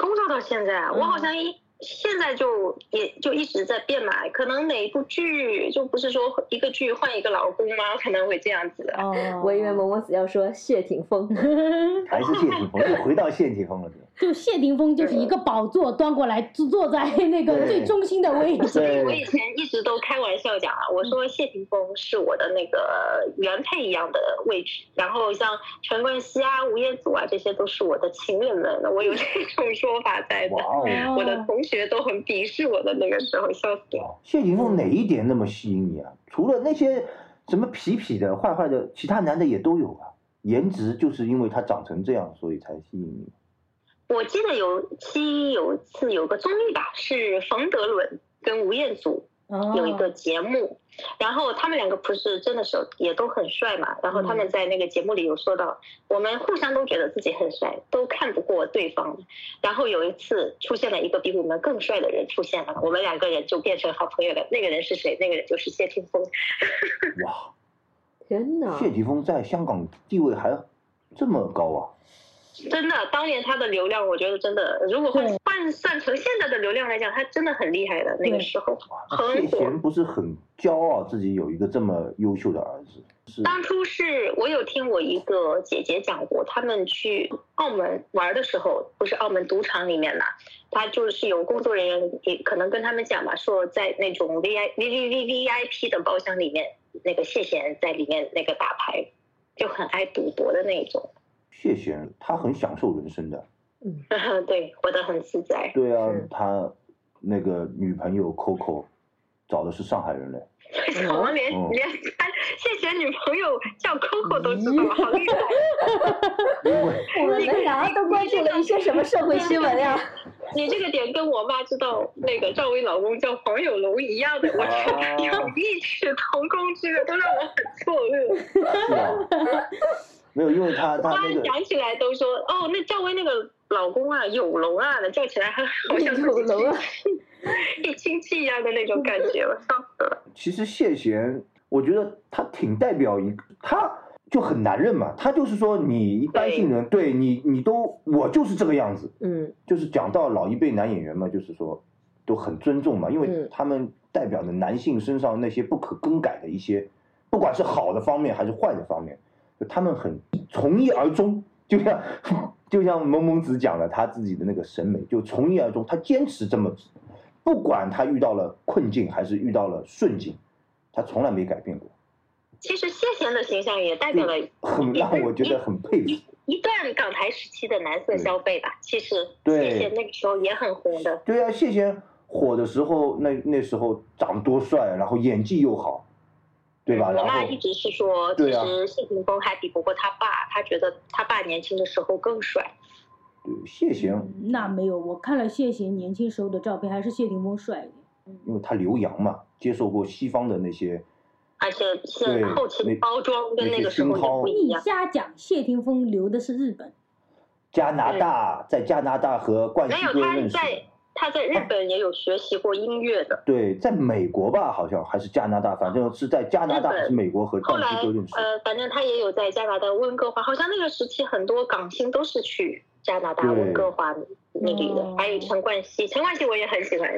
Speaker 1: 工作到现在啊，我好像一现在就也就一直在变嘛，可能哪一部剧就不是说一个剧换一个老公吗？可能会这样子的。
Speaker 2: 哦，
Speaker 4: 我以为萌萌子要说谢霆锋，
Speaker 5: 还是谢霆锋，又回到谢霆锋了。
Speaker 2: 就谢霆锋就是一个宝座端过来，坐坐在那个
Speaker 5: 对
Speaker 2: 最中心的位置。
Speaker 1: 所以我
Speaker 5: 对嗯
Speaker 1: 以前一直都开玩笑讲啊，我说谢霆锋是我的那个原配一样的位置，然后像陈冠希啊、吴彦祖啊，这些都是我的情人们，我有这种说法在的
Speaker 5: 嗯哇。哦，
Speaker 1: 我的同学都很鄙视我的那个时候，笑死了。
Speaker 5: 谢霆锋哪一点那么吸引你啊？除了那些什么痞痞的、坏坏的，其他男的也都有啊。颜值就是因为他长成这样，所以才吸引你。
Speaker 1: 我记得有期有一次有个综艺吧，是冯德伦跟吴彦祖
Speaker 2: 哦
Speaker 1: 有一个节目，然后他们两个不是真的是也都很帅嘛，然后他
Speaker 2: 嗯
Speaker 1: 们在那个节目里有说到，我们互相都觉得自己很帅，都看不过对方。然后有一次出现了一个比我们更帅的人出现了，我们两个人就变成好朋友了。那个人是谁？那个人就是谢霆锋。
Speaker 5: 哇，
Speaker 4: 天哪！
Speaker 5: 谢霆锋在香港地位还这么高啊？
Speaker 1: 真的，当年他的流量，我觉得真的，如果换
Speaker 2: 对
Speaker 1: 换算成现在的流量来讲，他真的很厉害的那个
Speaker 2: 对
Speaker 1: 时候。
Speaker 5: 哇，啊谢贤不是很骄傲自己有一个这么优秀的儿子？是
Speaker 1: 当初是我有听我一个姐姐讲过，他们去澳门玩的时候，不是澳门赌场里面嘛，他就是有工作人员也可能跟他们讲吧，说在那种 V I V V V V I P 的包厢里面，那个谢贤在里面那个打牌，就很爱赌博的那一种。
Speaker 5: 谢贤，他很享受人生的。
Speaker 1: 对，活得很自在。
Speaker 5: 对啊
Speaker 4: 是，
Speaker 5: 他那个女朋友 Coco 找的是上海人嘞。
Speaker 1: 怎么连
Speaker 5: 哦
Speaker 1: 连他谢贤女朋友叫 Coco 都知道，好厉害！
Speaker 5: 因为
Speaker 4: 我们俩都关注了一些什么社会新闻呀？
Speaker 1: 你这个点跟我妈知道那个赵薇老公叫黄有龙一样的，我觉
Speaker 5: 啊
Speaker 1: 得 有异曲同工之妙，都让我很错愕。
Speaker 5: 是啊，没有，因为他
Speaker 1: 突
Speaker 5: 他那
Speaker 1: 然
Speaker 5: 个
Speaker 1: 想起来都说，哦，那赵薇那个老公啊，有龙啊的，叫起来还好像
Speaker 4: 有龙啊，
Speaker 1: 一亲戚一样的那种感觉，我笑死了。
Speaker 5: 其实谢贤，我觉得他挺代表一个，他就很男人嘛，他就是说你一般性人，对你你都我就是这个样子，
Speaker 4: 嗯，
Speaker 5: 就是讲到老一辈男演员嘛，就是说都很尊重嘛，因为
Speaker 4: 嗯
Speaker 5: 他们代表的男性身上那些不可更改的一些，不管是好的方面还是坏的方面，就他们很从一而终，就像就像萌萌子讲的，他自己的那个审美就从一而终，他坚持这么，不管他遇到了困境还是遇到了顺境，他从来没改变过，
Speaker 1: 其实谢贤的形象也代表了
Speaker 5: 很让我觉得很佩服。
Speaker 1: 一段港台时期的男色消费吧。其实
Speaker 5: 对
Speaker 1: 谢贤那个时候也很红的，
Speaker 5: 对啊，谢贤火的时候，那那时候长得多帅，然后演技又好，对
Speaker 1: 嗯
Speaker 5: 吧？
Speaker 1: 我
Speaker 5: 然后
Speaker 1: 妈一直是说，其
Speaker 5: 对啊
Speaker 1: 实谢霆锋还比不过他爸，她觉得他爸年轻的时候更帅。
Speaker 5: 对谢贤，
Speaker 1: 嗯
Speaker 2: 那没有，我看了谢贤年轻时候的照片，还是谢霆锋帅一点。
Speaker 5: 因为他留洋嘛，接受过西方的那些，
Speaker 1: 而且现
Speaker 5: 对
Speaker 1: 在后期
Speaker 5: 那
Speaker 1: 包装跟
Speaker 5: 那
Speaker 1: 那
Speaker 5: 些
Speaker 1: 个时候
Speaker 5: 熏陶
Speaker 1: 也不一
Speaker 2: 你
Speaker 1: 样。
Speaker 2: 瞎讲，谢霆锋留的是日本。
Speaker 5: 加拿大，在加拿大和冠
Speaker 1: 没
Speaker 5: 希
Speaker 1: 有
Speaker 5: 哥
Speaker 1: 他
Speaker 5: 认识的。
Speaker 1: 在他在
Speaker 5: 哦
Speaker 1: 日本也有学习过音乐的，
Speaker 5: 对，在美国吧，好像还是加拿大，反正是在加拿大
Speaker 1: 日本
Speaker 5: 还是美国和
Speaker 1: 后
Speaker 5: 冠
Speaker 1: 来
Speaker 5: 希哥认识的。
Speaker 1: 呃，反正他也有在加拿大温哥华，好像那个时期很多港星都是去加拿大
Speaker 5: 对
Speaker 1: 温哥华那里的
Speaker 2: 哦，
Speaker 1: 还有陈冠希，陈冠希我也很喜欢。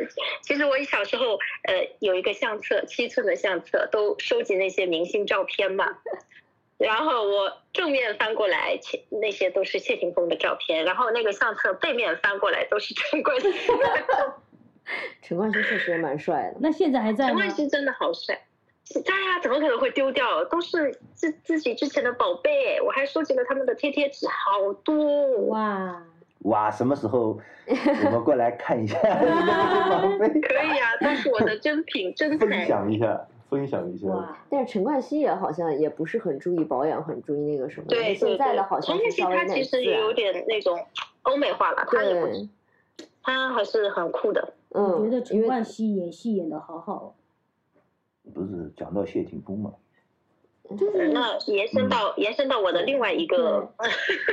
Speaker 1: 其实我小时候呃有一个相册，七寸的相册，都收集那些明星照片嘛。然后我正面翻过来，切那些都是谢霆锋的照片，然后那个相册背面翻过来都是陈冠希的照片。
Speaker 4: 陈冠希确实也蛮帅的。
Speaker 2: 那现在还在
Speaker 4: 啊
Speaker 1: 陈
Speaker 2: 吗？
Speaker 1: 冠希真的好帅，在呀，怎么可能会丢掉？都是自自己之前的宝贝，我还收集了他们的贴贴纸，好多。
Speaker 2: 哇，
Speaker 5: 哇，什么时候我们过来看一下你的这些宝
Speaker 1: 可以啊，都是我的珍品珍
Speaker 5: 贝， 分
Speaker 1: 材。
Speaker 5: 享一下，分享一下。
Speaker 2: 哇，
Speaker 4: 但是陈冠希也好像也不是很注意保养，很注意那个什么。
Speaker 1: 对对
Speaker 4: 现在
Speaker 1: 对
Speaker 4: 的好，像
Speaker 1: 陈冠希
Speaker 4: 是稍微
Speaker 1: 他
Speaker 4: 那
Speaker 1: 其实也有点那种欧美化了，他也不，
Speaker 4: 对，
Speaker 1: 他还是很酷的。
Speaker 2: 我觉
Speaker 4: 嗯
Speaker 2: 得，
Speaker 4: 因
Speaker 2: 陈
Speaker 4: 为，
Speaker 2: 冠希演戏演的好好，啊
Speaker 5: 不是讲到谢霆锋嘛，
Speaker 2: 就是
Speaker 1: 那延伸到延伸到我的另外一个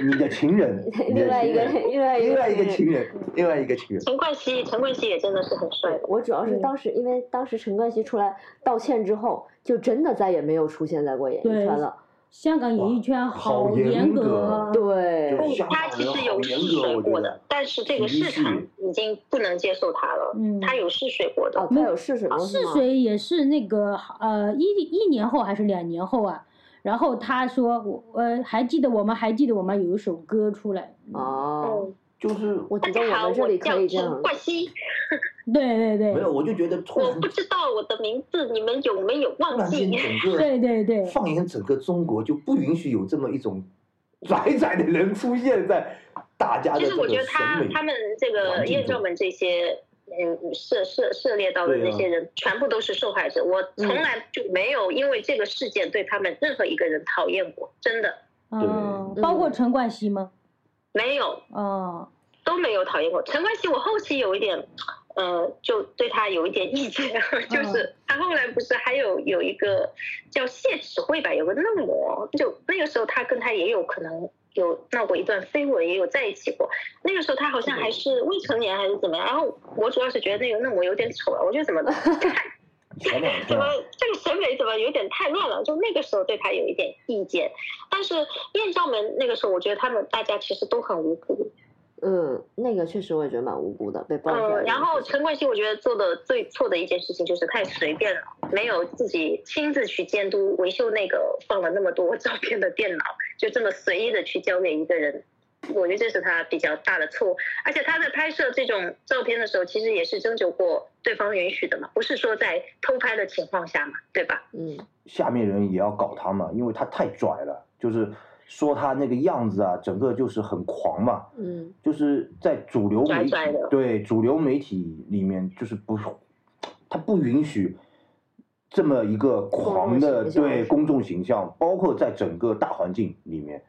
Speaker 5: 你的 情人 你的
Speaker 4: 另外一
Speaker 5: 情人
Speaker 4: 个另外一
Speaker 5: 另
Speaker 4: 个
Speaker 5: 外一个情人，另外一个情人。
Speaker 1: 陈冠希，陈冠希也真的是很帅
Speaker 4: 对
Speaker 1: 的。
Speaker 4: 我主要是
Speaker 2: 嗯
Speaker 4: 当时，因为当时陈冠希出来道歉之后，就真的再也没有出现在过演艺
Speaker 2: 对
Speaker 4: 圈了。
Speaker 2: 香港演艺圈
Speaker 5: 好
Speaker 2: 好
Speaker 5: 严
Speaker 2: 严
Speaker 5: 格
Speaker 2: 啊
Speaker 4: 对
Speaker 5: 就是香港
Speaker 1: 他其
Speaker 5: 人好
Speaker 1: 实有
Speaker 5: 严
Speaker 1: 试
Speaker 5: 格
Speaker 1: 水
Speaker 5: 我觉
Speaker 1: 过
Speaker 5: 得
Speaker 1: 的，但是这个
Speaker 5: 体育
Speaker 1: 市
Speaker 5: 系
Speaker 1: 场已经不能接受他了。
Speaker 2: 嗯
Speaker 1: 他有试水过的，
Speaker 4: 哦，他有试水吗？
Speaker 2: 试水也是那个呃一一年后还是两年后啊？然后他说我呃还记得我们还记得我们有一首歌出来，
Speaker 4: 哦，
Speaker 1: 嗯，
Speaker 5: 就是
Speaker 4: 我觉
Speaker 1: 大
Speaker 4: 得
Speaker 1: 家
Speaker 4: 我
Speaker 1: 好，
Speaker 4: 们这
Speaker 1: 我
Speaker 4: 里
Speaker 1: 叫
Speaker 4: 可以这
Speaker 1: 陈
Speaker 4: 样，
Speaker 1: 冠希，
Speaker 2: 对对对
Speaker 5: 没有，我就觉得突
Speaker 1: 我
Speaker 5: 然
Speaker 1: 不知道我的名字，你们有没有
Speaker 5: 突
Speaker 1: 忘
Speaker 5: 然
Speaker 1: 记
Speaker 5: 间？整个
Speaker 2: 对对对，
Speaker 5: 放眼整个中国，就不允许有这么一种窄窄的人出现在大家的
Speaker 1: 其
Speaker 5: 这
Speaker 1: 实我
Speaker 5: 个
Speaker 1: 觉得他
Speaker 5: 审美。
Speaker 1: 他们这
Speaker 5: 环
Speaker 1: 个
Speaker 5: 境
Speaker 1: 艳照
Speaker 5: 中
Speaker 1: 门这些，嗯，涉涉涉猎到的
Speaker 5: 对啊
Speaker 1: 那些人，全部都是受害者。我从
Speaker 4: 嗯
Speaker 1: 来就没有因为这个事件对他们任何一个人讨厌过，真的
Speaker 2: 嗯，包括
Speaker 4: 嗯
Speaker 2: 陈冠希吗？
Speaker 1: 没有，
Speaker 2: 哦，
Speaker 1: 都没有讨厌过。陈冠希，我后期有一点，呃，就对他有一点意见， 就是他后来不是还有有一个叫谢指慧吧，有个嫩模，就那个时候他跟他也有可能有闹过一段绯闻，也有在一起过。那个时候他好像还是未成年还是怎么样。然后我主要是觉得那个嫩模有点丑了，我觉得怎么
Speaker 5: 前两
Speaker 1: 怎
Speaker 5: 天
Speaker 1: 么这个审美怎么有点太乱了？就那个时候对他有一点意见，但是艳照门那个时候，我觉得他们大家其实都很无辜，
Speaker 4: 嗯，那个确实我也觉得蛮无辜的，被爆出来的
Speaker 1: 嗯，
Speaker 4: 事情。
Speaker 1: 然后陈冠希，我觉得做的最错的一件事情就是太随便了，没有自己亲自去监督维修那个放了那么多 照片的电脑，就这么随意的去交给一个人，我觉得这是他比较大的错误。而且他在拍摄这种照片的时候，其实也是征求过对方允许的嘛，不是说在偷拍的情况下嘛，对吧？
Speaker 4: 嗯，
Speaker 5: 下面人也要搞他嘛，因为他太拽了，就是说他那个样子啊，整个就是很狂嘛，
Speaker 4: 嗯
Speaker 5: 就是在主流媒体
Speaker 1: 拽拽的
Speaker 5: 对主流媒体里面，就是不，他不允许这么一个狂的
Speaker 4: 公众形象
Speaker 5: 对公众形象，包括在整个大环境里面，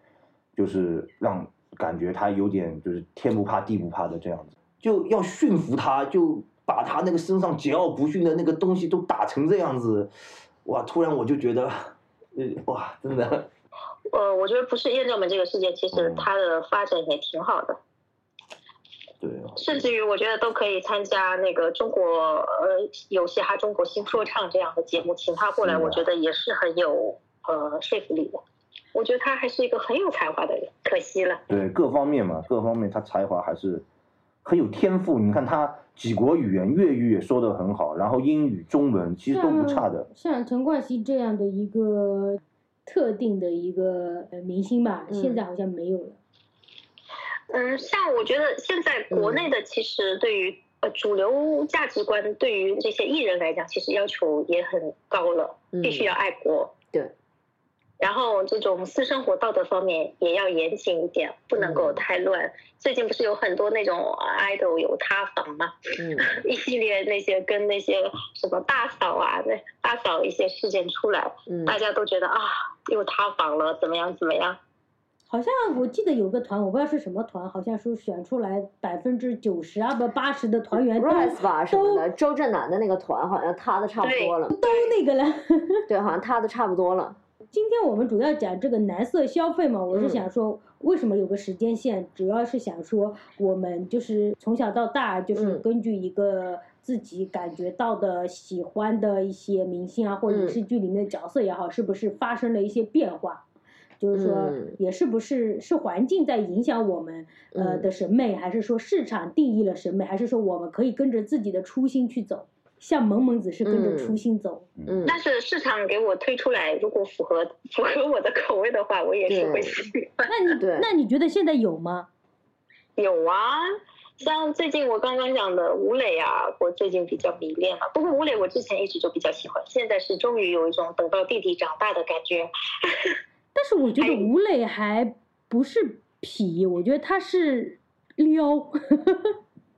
Speaker 5: 就是让感觉他有点就是天不怕地不怕的这样子，就要驯服他，就把他那个身上桀骜不驯的那个东西都打成这样子，哇！突然我就觉得，呃，哇，真的，
Speaker 1: 呃，我觉得不是艳照门这个事件，其实
Speaker 5: 嗯
Speaker 1: 它的发展也挺好的。
Speaker 5: 对，啊
Speaker 1: 甚至于我觉得都可以参加那个中国呃有嘻哈中国新说唱这样的节目，请他过来，
Speaker 5: 是的
Speaker 1: 我觉得也是很有呃说服力的。我觉得他还是一个很有才华的人，可惜了。
Speaker 5: 对各方面嘛，各方面他才华还是很有天赋。你看他几国语言，粤语也说得很好，然后英语、中文其实都不差的。
Speaker 2: 像。像陈冠希这样的一个特定的一个呃明星吧，
Speaker 4: 嗯
Speaker 2: 现在好像没有了。
Speaker 1: 嗯，像我觉得现在国内的其实对于、呃主流价值观，对于这些艺人来讲，其实要求也很高了，
Speaker 4: 嗯，
Speaker 1: 必须要爱国。
Speaker 4: 对。
Speaker 1: 然后这种私生活道德方面也要严谨一点，不能够
Speaker 4: 嗯
Speaker 1: 太乱。最近不是有很多那种呃 idol 有塌房吗？
Speaker 4: 嗯
Speaker 1: 一系列那些跟那些什么大嫂啊，那大嫂一些事件出来，
Speaker 4: 嗯
Speaker 1: 大家都觉得啊，又塌房了，怎么样怎么样？
Speaker 2: 好像我记得有个团，我不知道是什么团，好像说选出来百分之九十啊不八十的团员都
Speaker 4: ，Rise 吧什么
Speaker 2: 都
Speaker 4: 的，周震南的那个团好像塌的差不多了，
Speaker 2: 都那个了。
Speaker 4: 对，好像塌的差不多了。
Speaker 2: 今天我们主要讲这个男色消费嘛，我是
Speaker 4: 嗯
Speaker 2: 想说，为什么有个时间线，主要是想说我们就是从小到大，就是
Speaker 4: 嗯
Speaker 2: 根据一个自己感觉到的、喜欢的一些明星啊，或者
Speaker 4: 嗯
Speaker 2: 是剧里面的角色也好，是不是发生了一些变化？就是说
Speaker 4: 嗯，
Speaker 2: 也是不是是环境在影响我们呃
Speaker 4: 嗯
Speaker 2: 的审美，还是说市场定义了审美，还是说我们可以跟着自己的初心去走？像萌萌子是跟着
Speaker 4: 嗯
Speaker 2: 初心走，
Speaker 4: 嗯，
Speaker 1: 但是市场给我推出来，如果符合符合我的口味的话，我也是会
Speaker 4: 对
Speaker 1: 喜欢。
Speaker 2: 那你
Speaker 4: 对
Speaker 2: 那你觉得现在有吗？
Speaker 1: 有啊，像最近我刚刚讲的吴磊啊，我最近比较迷恋嘛。不过吴磊我之前一直就比较喜欢，现在是终于有一种等到弟弟长大的感觉。
Speaker 2: 但是我觉得
Speaker 1: 还
Speaker 2: 吴磊还不是痞，我觉得他是撩。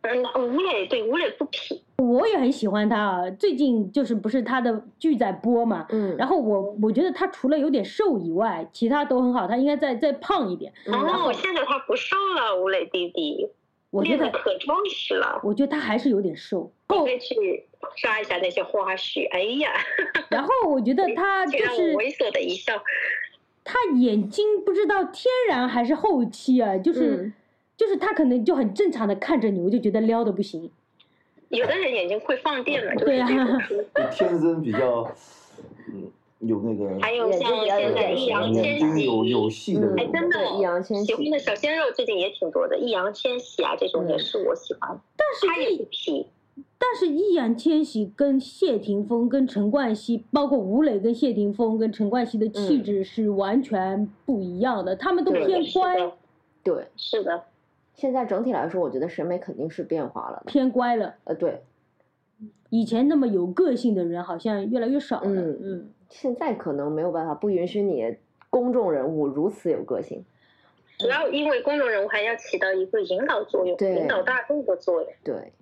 Speaker 1: 嗯，吴磊对吴磊不匹，
Speaker 2: 我也很喜欢他啊，最近就是不是他的剧在播嘛，
Speaker 4: 嗯，
Speaker 2: 然后我我觉得他除了有点瘦以外，其他都很好，他应该再再胖一点。
Speaker 4: 嗯然
Speaker 1: 哦，现在他不瘦了，吴磊弟弟
Speaker 2: 我觉
Speaker 1: 练
Speaker 2: 得哦
Speaker 1: 的可壮实了。
Speaker 2: 我觉得他还是有 点瘦，
Speaker 1: 你可以去刷一下那些花絮。哎呀，
Speaker 2: 然后我觉得他
Speaker 1: 请
Speaker 2: 就
Speaker 1: 哎让我
Speaker 2: 是
Speaker 1: 猥琐的一笑。
Speaker 2: 他眼睛不知道天然还是后期啊，就是、
Speaker 4: 嗯
Speaker 2: 就是他可能就很正常的看着你，我就觉得撩的不行。
Speaker 1: 有的人眼睛会放电了，就是
Speaker 4: 啊
Speaker 2: 对呀、啊
Speaker 1: 这种
Speaker 5: 就天生比较，嗯，有那个
Speaker 1: 还有像现在易烊千
Speaker 5: 君有有
Speaker 1: 玺，
Speaker 5: 戏的
Speaker 4: 嗯，
Speaker 1: 哎，真的
Speaker 4: 对易烊千玺
Speaker 1: 喜欢的小鲜肉最近也挺多的，易烊千玺啊这种也是我喜欢的，
Speaker 2: 但
Speaker 1: 他
Speaker 2: 是
Speaker 1: 也
Speaker 2: 易
Speaker 1: 是痞，
Speaker 2: 但是易烊千玺跟谢霆锋、跟陈冠希，包括吴磊跟谢霆锋跟陈冠希的气
Speaker 4: 嗯
Speaker 2: 质是完全不一样的，他们都
Speaker 4: 对
Speaker 2: 偏
Speaker 1: 是
Speaker 2: 乖
Speaker 1: 的，
Speaker 4: 对，
Speaker 1: 是的，
Speaker 4: 现在整体来说，我觉得审美肯定是变化了的。
Speaker 2: 偏乖了。
Speaker 4: 呃，对，
Speaker 2: 以前那么有个性的人好像越来越少了。
Speaker 4: 嗯
Speaker 2: 嗯，
Speaker 4: 现在可能没有办法，不允许你公众人物如此有个性。
Speaker 1: 主要因为公众人物还要起到一个引导作用，
Speaker 4: 对
Speaker 1: 引导大众的作用。
Speaker 4: 对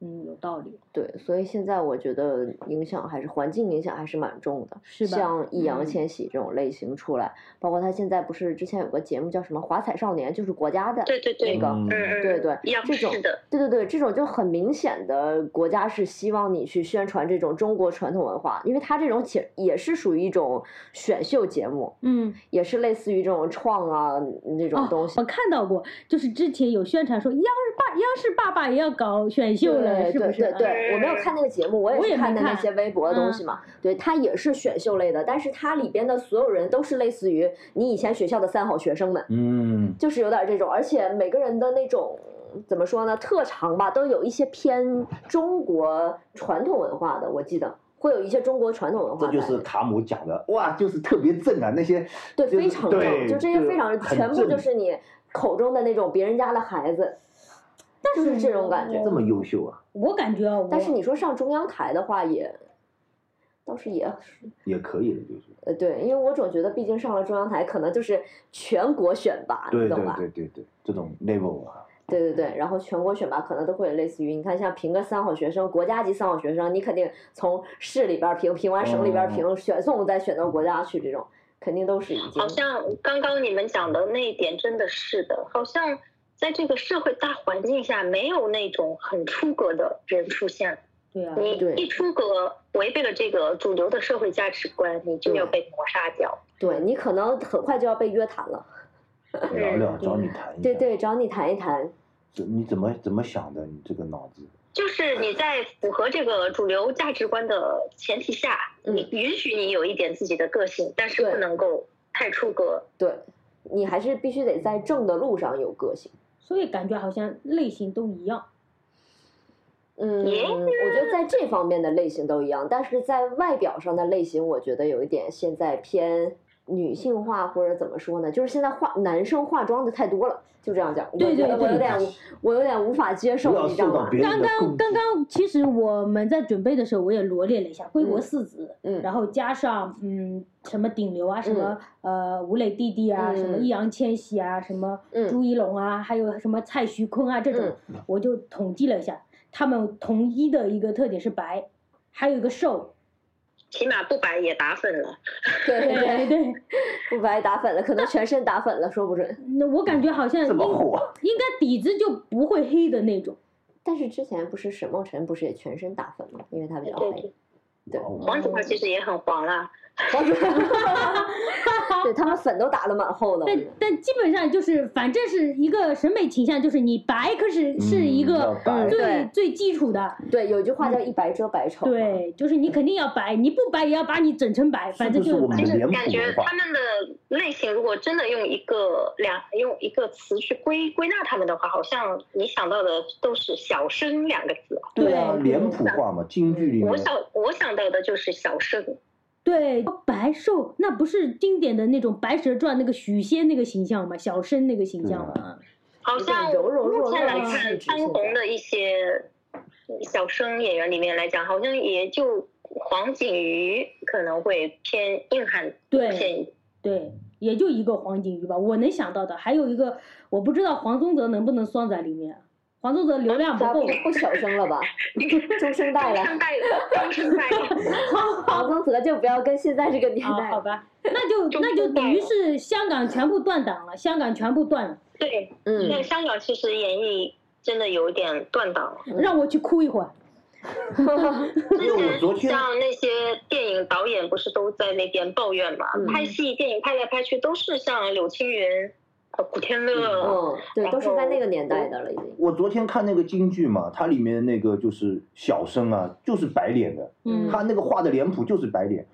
Speaker 2: 嗯，有道理。
Speaker 4: 对，所以现在我觉得影响还是环境影响还是蛮重的。
Speaker 2: 是吧
Speaker 4: 像易烊
Speaker 2: 嗯
Speaker 4: 千玺这种类型出来，包括他现在不是之前有个节目叫什么《华彩少年》，就是国家的
Speaker 1: 对对对
Speaker 4: 那个。
Speaker 5: 嗯
Speaker 1: 嗯嗯，
Speaker 4: 对对
Speaker 1: 央
Speaker 4: 这种
Speaker 1: 视的，
Speaker 4: 对对对，这种就很明显的国家是希望你去宣传这种中国传统文化，因为它这种且也是属于一种选秀节目，
Speaker 2: 嗯，
Speaker 4: 也是类似于这种创啊那种东
Speaker 2: 哦，
Speaker 4: 西。
Speaker 2: 我看到过，就是之前有宣传说央视爸央视爸爸也要搞选秀了，
Speaker 4: 对
Speaker 2: 是
Speaker 4: 对
Speaker 2: 不是？嗯啊
Speaker 4: 对对，我没有看那个节目，我
Speaker 2: 我
Speaker 4: 也
Speaker 2: 也
Speaker 4: 是看
Speaker 2: 没
Speaker 4: 的那
Speaker 2: 看
Speaker 4: 些微博的
Speaker 2: 嗯
Speaker 4: 东西嘛。对，它也是选秀类的，但是它里边的所有人都是类似于你以前学校的三好学生们，
Speaker 5: 嗯，
Speaker 4: 就是有点这种，而且每个人的那种怎么说呢，特长吧，都有一些偏中国传统文化的，我记得。会有一些中国传统文化
Speaker 5: 这
Speaker 4: 在
Speaker 5: 就
Speaker 4: 里，
Speaker 5: 是卡姆讲的，哇，就是特别正啊，那些
Speaker 4: 对
Speaker 5: 就是
Speaker 4: 非常
Speaker 5: 对，
Speaker 4: 正，就这些非常
Speaker 5: 很
Speaker 4: 全部就
Speaker 5: 正
Speaker 4: 是你口中的那种别人家的孩子，但是这种感觉。
Speaker 5: 这么优秀啊，
Speaker 2: 我感觉啊，我
Speaker 4: 但是你说上中央台的话也，倒是也
Speaker 5: 也可以的，就是
Speaker 4: 呃对，因为我总觉得毕竟上了中央台，可能就是全国选拔，
Speaker 5: 对
Speaker 4: 你懂
Speaker 5: 对
Speaker 4: 吧？
Speaker 5: 对对对，这种 level 啊，
Speaker 4: 对对对，然后全国选拔可能都会类似于，你看像评个三好学生，国家级三好学生，你肯定从市里边儿评，评完省里边
Speaker 5: 哦
Speaker 4: 儿评，选送再选到国家去，这种肯定都是已经
Speaker 1: 好像刚刚你们讲的那一点真的是的，好像在这个社会大环境下，没有那种很出格的人出现。
Speaker 2: 对啊，
Speaker 1: 你
Speaker 4: 嗯对
Speaker 1: 一出格，违背了这个主流的社会价值观，你就要被抹杀掉。
Speaker 4: 对你可能很快就要被约谈了。
Speaker 5: 聊聊找你谈一下，
Speaker 4: 对，对，找你谈一谈，
Speaker 5: 这你怎么怎么想的？你这个脑子，
Speaker 1: 就是你在符合这个主流价值观的前提下，
Speaker 4: 嗯
Speaker 1: 你允许你有一点自己的个性，但是
Speaker 4: 对
Speaker 1: 不能够太出格。
Speaker 4: 对你还是必须得在正的路上有个性。
Speaker 2: 所以感觉好像类型都一样。
Speaker 4: 嗯，
Speaker 1: 耶
Speaker 4: 我觉得在这方面的类型都一样，但是在外表上的类型，我觉得有一点现在偏女性化，或者怎么说呢？就是现在化男生化妆的太多了，就这样讲。
Speaker 2: 对
Speaker 4: 我觉
Speaker 2: 对
Speaker 4: 得我
Speaker 2: 对
Speaker 4: 有点无，我有点无法接
Speaker 5: 不
Speaker 4: 受，
Speaker 5: 要
Speaker 4: 你知道
Speaker 5: 受到
Speaker 4: 吗？
Speaker 5: 别人
Speaker 2: 刚
Speaker 5: 的
Speaker 2: 刚
Speaker 5: 攻击
Speaker 2: 刚，刚，其实我们在准备的时候，我也罗列了一下归国四子，
Speaker 4: 嗯
Speaker 2: 然后加上嗯什么顶流啊，什么、呃吴磊弟弟啊，
Speaker 4: 嗯
Speaker 2: 什么易烊千玺啊，什么
Speaker 4: 嗯
Speaker 2: 朱一龙啊，还有什么蔡徐坤啊这种，
Speaker 5: 嗯
Speaker 2: 我就统计了一下，他们统一的一个特点是白，还有一个瘦，
Speaker 1: 起码不白也打粉了。
Speaker 4: 对对
Speaker 2: 对
Speaker 4: 对，
Speaker 2: 对，
Speaker 4: 不白打粉了，可能全身打粉了，说不准。
Speaker 2: 那我感觉好像
Speaker 5: 这
Speaker 2: 应
Speaker 5: 么 火，
Speaker 2: 应该底子就不会黑的那种，
Speaker 4: 但是之前不是沈梦辰不是也全身打粉吗？因为她比较
Speaker 1: 对
Speaker 4: 黑
Speaker 1: 对。，
Speaker 4: 对
Speaker 5: 哇哦
Speaker 1: 黄子华其实也很黄啦。
Speaker 4: 对他们粉都打的蛮厚的。我
Speaker 2: 但
Speaker 4: 觉得
Speaker 2: 但基本上就是反正是一个审美倾向，就是你白可是是一
Speaker 5: 嗯要
Speaker 2: 个
Speaker 5: 白
Speaker 2: 最、
Speaker 4: 对
Speaker 2: 最基础的。
Speaker 4: 对，有一句话叫“一白遮百丑”。。
Speaker 2: 嗯对，就是你肯定要白，你不白也要把你整成白，反正
Speaker 5: 是不是
Speaker 2: 是
Speaker 4: 嗯
Speaker 5: 我们
Speaker 2: 白
Speaker 1: 就
Speaker 5: 的。
Speaker 1: 是
Speaker 5: 脸谱
Speaker 1: 感觉
Speaker 5: 文化
Speaker 1: 他们的类型，如果真的用一个两用一个词去归归纳他们的话，好像你想到的都是“小生”两个字。
Speaker 5: 对啊，
Speaker 2: 对
Speaker 5: 脸谱化嘛，京剧里面
Speaker 1: 我，想我想到的就是小生，
Speaker 2: 对，白瘦那不是经典的那种《白蛇传》那个许仙那个形象吗？小生那个形
Speaker 5: 啊
Speaker 2: 象吗？
Speaker 1: 好像
Speaker 4: 有点柔柔弱弱
Speaker 1: 目前来
Speaker 4: 的气
Speaker 1: 看，
Speaker 4: 质
Speaker 1: 当
Speaker 4: 现在
Speaker 1: 红的一些小生演员里面来讲，好像也就黄景瑜可能会偏硬汉
Speaker 2: 对
Speaker 1: 路线一点。
Speaker 2: 对，也就一个黄景瑜吧，我能想到的，还有一个我不知道黄宗泽能不能算在里面，黄宗泽流量不
Speaker 4: 他
Speaker 2: 够啊
Speaker 4: 不，不小 声了吧？中生代了
Speaker 1: 中。生代，中生代，
Speaker 4: 黄宗泽就不要跟现在这个年
Speaker 2: 啊，
Speaker 4: 代
Speaker 2: 好
Speaker 1: 哦
Speaker 4: 了。
Speaker 2: 吧，那就那就等于是香港全部断档了，香港全部断了，
Speaker 1: 对，
Speaker 4: 嗯
Speaker 1: 那香港其实演艺真的有点断档了。
Speaker 4: 嗯
Speaker 2: 让我去哭一会儿。
Speaker 1: 之
Speaker 5: 因为我昨
Speaker 1: 前
Speaker 5: 天
Speaker 1: 像那些电影导演不是都在那边抱怨嘛，
Speaker 4: 嗯
Speaker 1: 拍戏电影拍来拍去都是像柳青云、呃古天乐，
Speaker 4: 嗯，对，
Speaker 1: 哦然
Speaker 4: 都是在那
Speaker 1: 后
Speaker 4: 个年代的了，已经。
Speaker 5: 我昨天看那个京剧嘛，它里面那个就是小生啊，就是白脸的，
Speaker 2: 嗯
Speaker 5: 他那个画的脸谱就是白脸，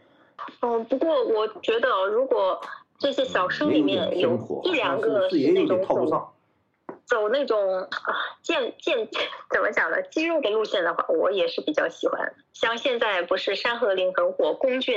Speaker 1: 嗯，不过我觉得如果这些小生里面
Speaker 5: 嗯也有
Speaker 1: 有
Speaker 5: 点偏颇
Speaker 1: 一两
Speaker 5: 但
Speaker 1: 个是
Speaker 5: 是是也
Speaker 1: 那
Speaker 5: 有
Speaker 1: 种
Speaker 5: 点套不
Speaker 1: 走
Speaker 5: 上。
Speaker 1: 走那种啊健健怎么讲呢肌肉的路线的话，我也是比较喜欢。像现在不是山河令很火，龚俊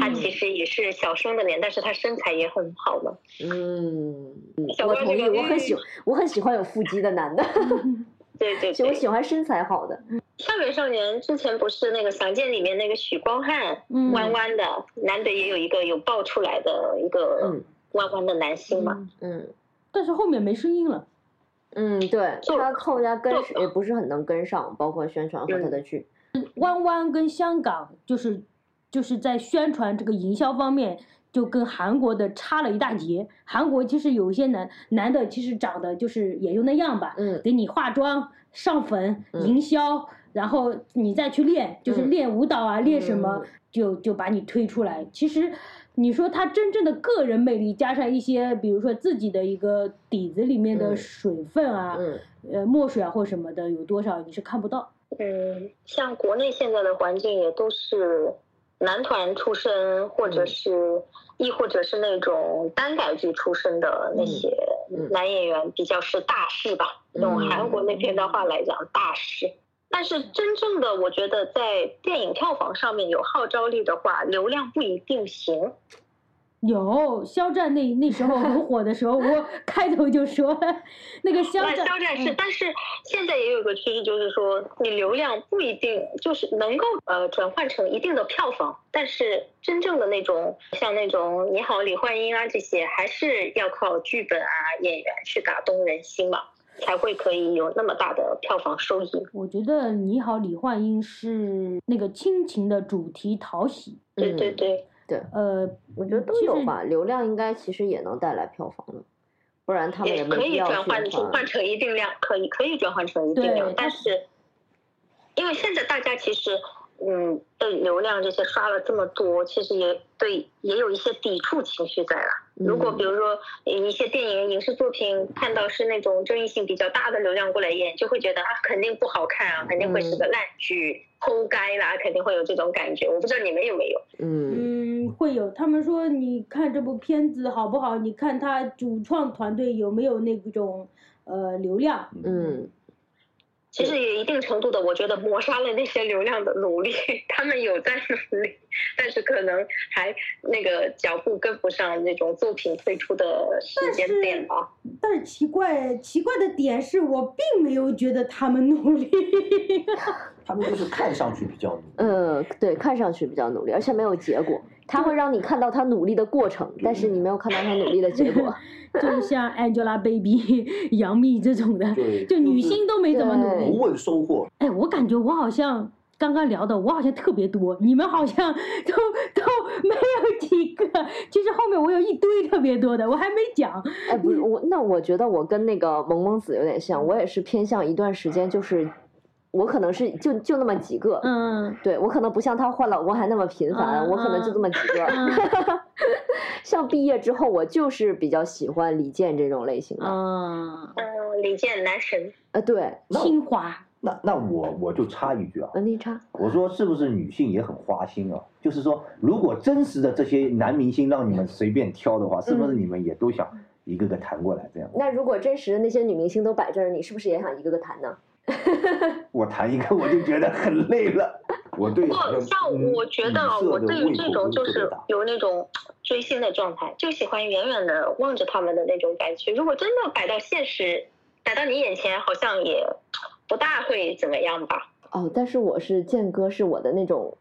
Speaker 1: 他
Speaker 2: 嗯
Speaker 1: 其实也是小生的脸，但是他身材也很好嘛。
Speaker 4: 嗯，
Speaker 1: 小
Speaker 4: 我
Speaker 1: 高
Speaker 4: 同
Speaker 1: 这
Speaker 4: 意，
Speaker 1: 个
Speaker 4: 我很喜
Speaker 1: 嗯
Speaker 4: 我很喜欢有腹肌的男的，
Speaker 1: 对对
Speaker 4: 就我喜
Speaker 1: 对，
Speaker 4: 欢身材好的。
Speaker 1: 校园少年之前不是那个《想见》里面那个许光汉，
Speaker 2: 嗯
Speaker 1: 弯弯的，难得也有一个有爆出来的一个
Speaker 4: 嗯
Speaker 1: 弯弯的男星嘛。
Speaker 2: 嗯
Speaker 4: 嗯
Speaker 2: 但是后面没声音了。
Speaker 4: 嗯，对，
Speaker 1: 做
Speaker 4: 他后来跟
Speaker 1: 做
Speaker 4: 也不是很能跟上，包括宣传和他的
Speaker 1: 嗯
Speaker 4: 剧。
Speaker 2: 弯弯跟香港就是就是在宣传这个营销方面，就跟韩国的差了一大截。韩国其实有一些男男的，其实长得就是也就那样吧，
Speaker 4: 嗯
Speaker 2: 给你化妆、上粉、
Speaker 4: 嗯
Speaker 2: 营销，然后你再去练，就是
Speaker 4: 嗯
Speaker 2: 练舞蹈啊，练什么
Speaker 4: 嗯，
Speaker 2: 就就把你推出来。其实你说他真正的个人魅力，加上一些比如说自己的一个底子里面的
Speaker 4: 嗯
Speaker 2: 水分啊，
Speaker 4: 嗯
Speaker 2: 呃墨水啊或什么的有多少，你是看不到。
Speaker 1: 嗯，像国内现在的环境也都是男团出身，或者
Speaker 4: 嗯
Speaker 1: 是亦或者是那种单改剧出身的那
Speaker 4: 嗯
Speaker 1: 些
Speaker 4: 嗯
Speaker 1: 男演员，比较是大师吧。用韩国那边的话来讲，大师。但是真正的，我觉得在电影票房上面有号召力的话，流量不一定行。
Speaker 2: 有肖战那那 时候很火的时候，我开头就说那个肖
Speaker 1: 那
Speaker 2: 战，
Speaker 1: 肖战是，
Speaker 2: 嗯
Speaker 1: 但是现在也有个趋势，就是说你流量不一定就是能够呃转换成一定的票房，但是真正的那种像那种你好李焕英啊这些，还是要靠剧本啊演员去打动人心嘛，才会可以有那么大的票房收益。
Speaker 2: 我觉得《你好，李焕英》
Speaker 4: 嗯
Speaker 2: 是那个亲情的主题讨喜，
Speaker 1: 对对，嗯对，
Speaker 2: 呃，
Speaker 4: 嗯我觉得都
Speaker 2: 其
Speaker 4: 有
Speaker 2: 实
Speaker 4: 吧，流量应该其实也能带来票房的，不然他们
Speaker 1: 也
Speaker 4: 没
Speaker 1: 可
Speaker 4: 必
Speaker 1: 以
Speaker 4: 要
Speaker 1: 转换
Speaker 4: 宣
Speaker 1: 成
Speaker 4: 传
Speaker 1: 换。成一定量，可以可以转换成一定量
Speaker 2: 对，
Speaker 1: 但是因为现在大家其实。嗯，被流量这些刷了这么多，其实也对，也有一些抵触情绪在了。如果
Speaker 4: 嗯
Speaker 1: 比如说呃一些电影、影视作品看到是那种争议性比较大的流量过来演，就会觉得啊，肯定不好看啊，肯定会是
Speaker 4: 嗯
Speaker 1: 个烂剧，偷该啦，肯定会有这种感觉。我不知道你们有没有？
Speaker 4: 嗯
Speaker 2: 嗯，会有。他们说，你看这部片子好不好？你看他主创团队有没有那种呃流量？
Speaker 4: 嗯
Speaker 1: 其实也一定程度的，我觉得抹杀了那些流量的努力， 他们有在努力，但是可能还那个脚步跟不上那种作品推出的时间点吧。
Speaker 2: 但是奇怪，奇怪的点是我并没有觉得他们努 力。
Speaker 5: 他们就是看上去比较努力，
Speaker 4: 呃，对，看上去比较努力，而且没有结果，他会让你看到他努力的过程，但是你没有看到他努力的结果。
Speaker 2: 就像 Angelababy、杨幂这种的，
Speaker 5: 对
Speaker 2: 就女
Speaker 5: 是
Speaker 2: 星都没怎么努
Speaker 4: 对
Speaker 5: 不
Speaker 2: 力。
Speaker 5: 问收获，
Speaker 2: 哎，我感觉我好像刚刚聊的，我好像特别多，你们好像都都没有几个。其实后面我有一堆特别多的，我还没讲。
Speaker 4: 哎，不是我，那我觉得我跟那个萌萌子有点像，我也是偏向一段时间，就是我可能是就就那么几个，
Speaker 2: 嗯
Speaker 4: 对我可能不像她换老公还那么频繁，
Speaker 2: 嗯
Speaker 4: 我可能就这么几个。
Speaker 2: 嗯
Speaker 4: 像毕业之后，我就是比较喜欢李健这种类型的，
Speaker 2: 嗯，
Speaker 1: 嗯，李健男神，
Speaker 4: 呃，对，
Speaker 2: 清华，
Speaker 5: 那那我我就插一句啊，
Speaker 4: 文丽莎，
Speaker 5: 我说是不是女性也很花心啊？就是说，如果真实的这些男明星让你们随便挑的话，是不是你们也都想一个个谈过来这样？
Speaker 4: 那如果真实的那些女明星都摆这儿，你是不是也想一个个谈呢？
Speaker 5: 我谈一个我就觉得很累 了。我对
Speaker 1: 不
Speaker 5: 好
Speaker 1: 过像
Speaker 5: 嗯
Speaker 1: 我觉得啊
Speaker 5: 女色
Speaker 1: 我
Speaker 5: 的
Speaker 1: 对
Speaker 5: 胃
Speaker 1: 于这
Speaker 5: 口
Speaker 1: 种
Speaker 5: 不
Speaker 1: 就是
Speaker 5: 特别
Speaker 1: 是
Speaker 5: 大
Speaker 1: 有那种追星的状态，就喜欢远远的望着他们的那种感觉。如果真的摆到现实，摆到你眼前，好像也不大会怎么样吧。
Speaker 4: 哦，但是我是健哥，是我的那种